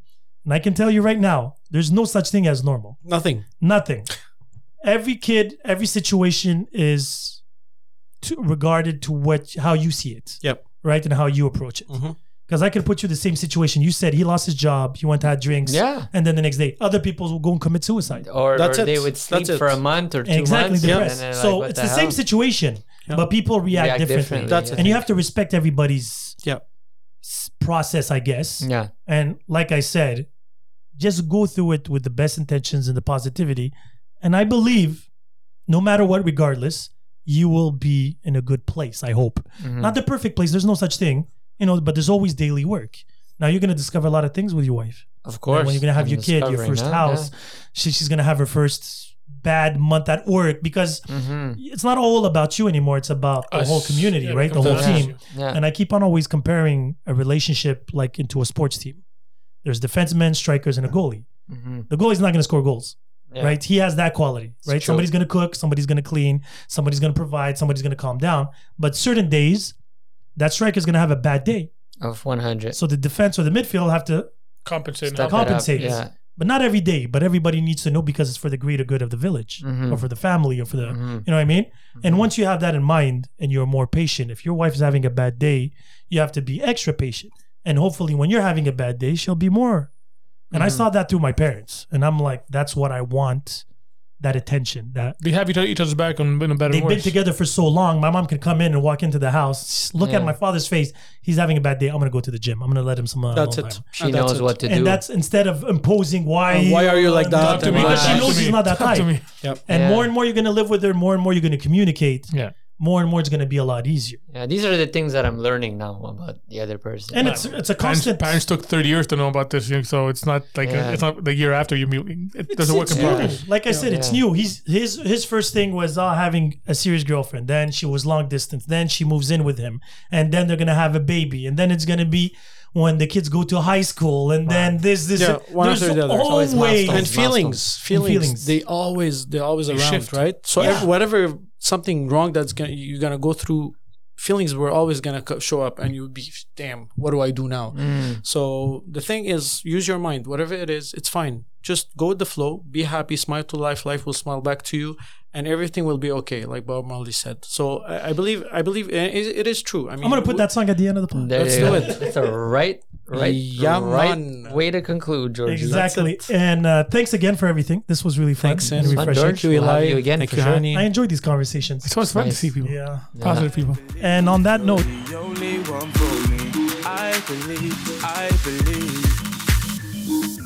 and i can tell you right now there's no such thing as normal Nothing. nothing every kid every situation is to, regarded to what how you see it Yep. right and how you approach it Mhm. because i could put you in the same situation you said he lost his job he went to had drinks Yeah. and then the next day other people will go and commit suicide Or, That's or they it. would sleep That's it. for a month or two exactly months. and depressed. then they're so like, what it's the, same hell? situation, but people react, React differently. differently, That's yeah. it. And you have to respect everybody's Yeah. s- process, I guess. Yeah. And like I said, just go through it with the best intentions and the positivity. And I believe, no matter what, regardless, you will be in a good place. I hope Mm-hmm. not the perfect place. There's no such thing, you know. But there's always daily work. Now you're gonna discover a lot of things with your wife. Of And course. when you're gonna have I'm your kid, your discovering first now, house, she, she's gonna have her first bad month at work because Yeah. hmm it's not all about you anymore. It's about the Us. whole community, Yeah, it right? The whole becomes us. team. Yeah. And I keep on always comparing a relationship like into a sports team. There's defensemen, strikers, and a goalie. hmm The goalie's not going to score goals, Yeah. right? He has that quality, right? true. Somebody's going to cook, somebody's going to clean, somebody's going to provide, somebody's going to calm down. But certain days, that striker's going to have a bad day. Of 100. So the defense or the midfield have to, Compensate. Step it up. now. compensates. Yeah. but not every day, but everybody needs to know because it's for the greater good of the village Mhm. or for the family or for the, Mhm. You know what I mean? And once you have that in mind and you're more patient, if your wife is having a bad day, you have to be extra patient. And hopefully, when you're having a bad day, she'll be more. And I saw that through my parents. And I'm like, that's what I want that attention. That They have each other- each other's back on been a better. they've worse. been together for so long. My mom can come in and walk into the house, look at Yeah. my father's face. He's having a bad day. I'm going to go to the gym. I'm going to let him some uh, alone That's time. it. She And that's knows it. what to do. And that's instead of imposing why. And why are you like that? Talk to me. Because she Talk knows to he's me. not that Talk to type. me. Yep. And Yeah. more and more you're going to live with her, more and more you're going to communicate. Yeah. more and more it's going to be a lot easier. Yeah, these are the things that I'm learning now about the other person. And it's it's a Parents, constant parents took 30 years to know about this, you know, so it's not like Yeah. it's not the year after you. meet- It It's, doesn't work it's in new. progress. Like I said, it's Yeah. new. He's his his first thing was uh, having a serious girlfriend. Then she was long distance. Then she moves in with him, and then they're gonna have a baby. And then it's gonna be when the kids go to high school, and then this this. Yeah, one there's after the other. It's always always milestones. and Milestones. feelings, feelings, feelings. They always, they're always around, shift. right? So Yeah. ev- whatever something wrong that's gonna you're gonna go through, feelings were always gonna co- show up, and you'd be, damn, what do I do now? Mm. So the thing is, use your mind. Whatever it is, it's fine. Just go with the flow. Be happy. Smile to life. Life will smile back to you, and everything will be okay. Like Bob Marley said. So I, I believe. I believe it, it is true. I mean, I'm gonna put that song at the end of the podcast. There Let's you go. do it. That's a right, right, Yeah, right man. way to conclude, George. Exactly. And uh, thanks again for everything. This was really fun Thanks, and Enzo. Fun, refreshing. George. We'll have you again Thank for you, sure. honey. I enjoyed these It's conversations. always fun Nice. to see people, Yeah. positive people. And on that note, The only one for me. I believe, I believe.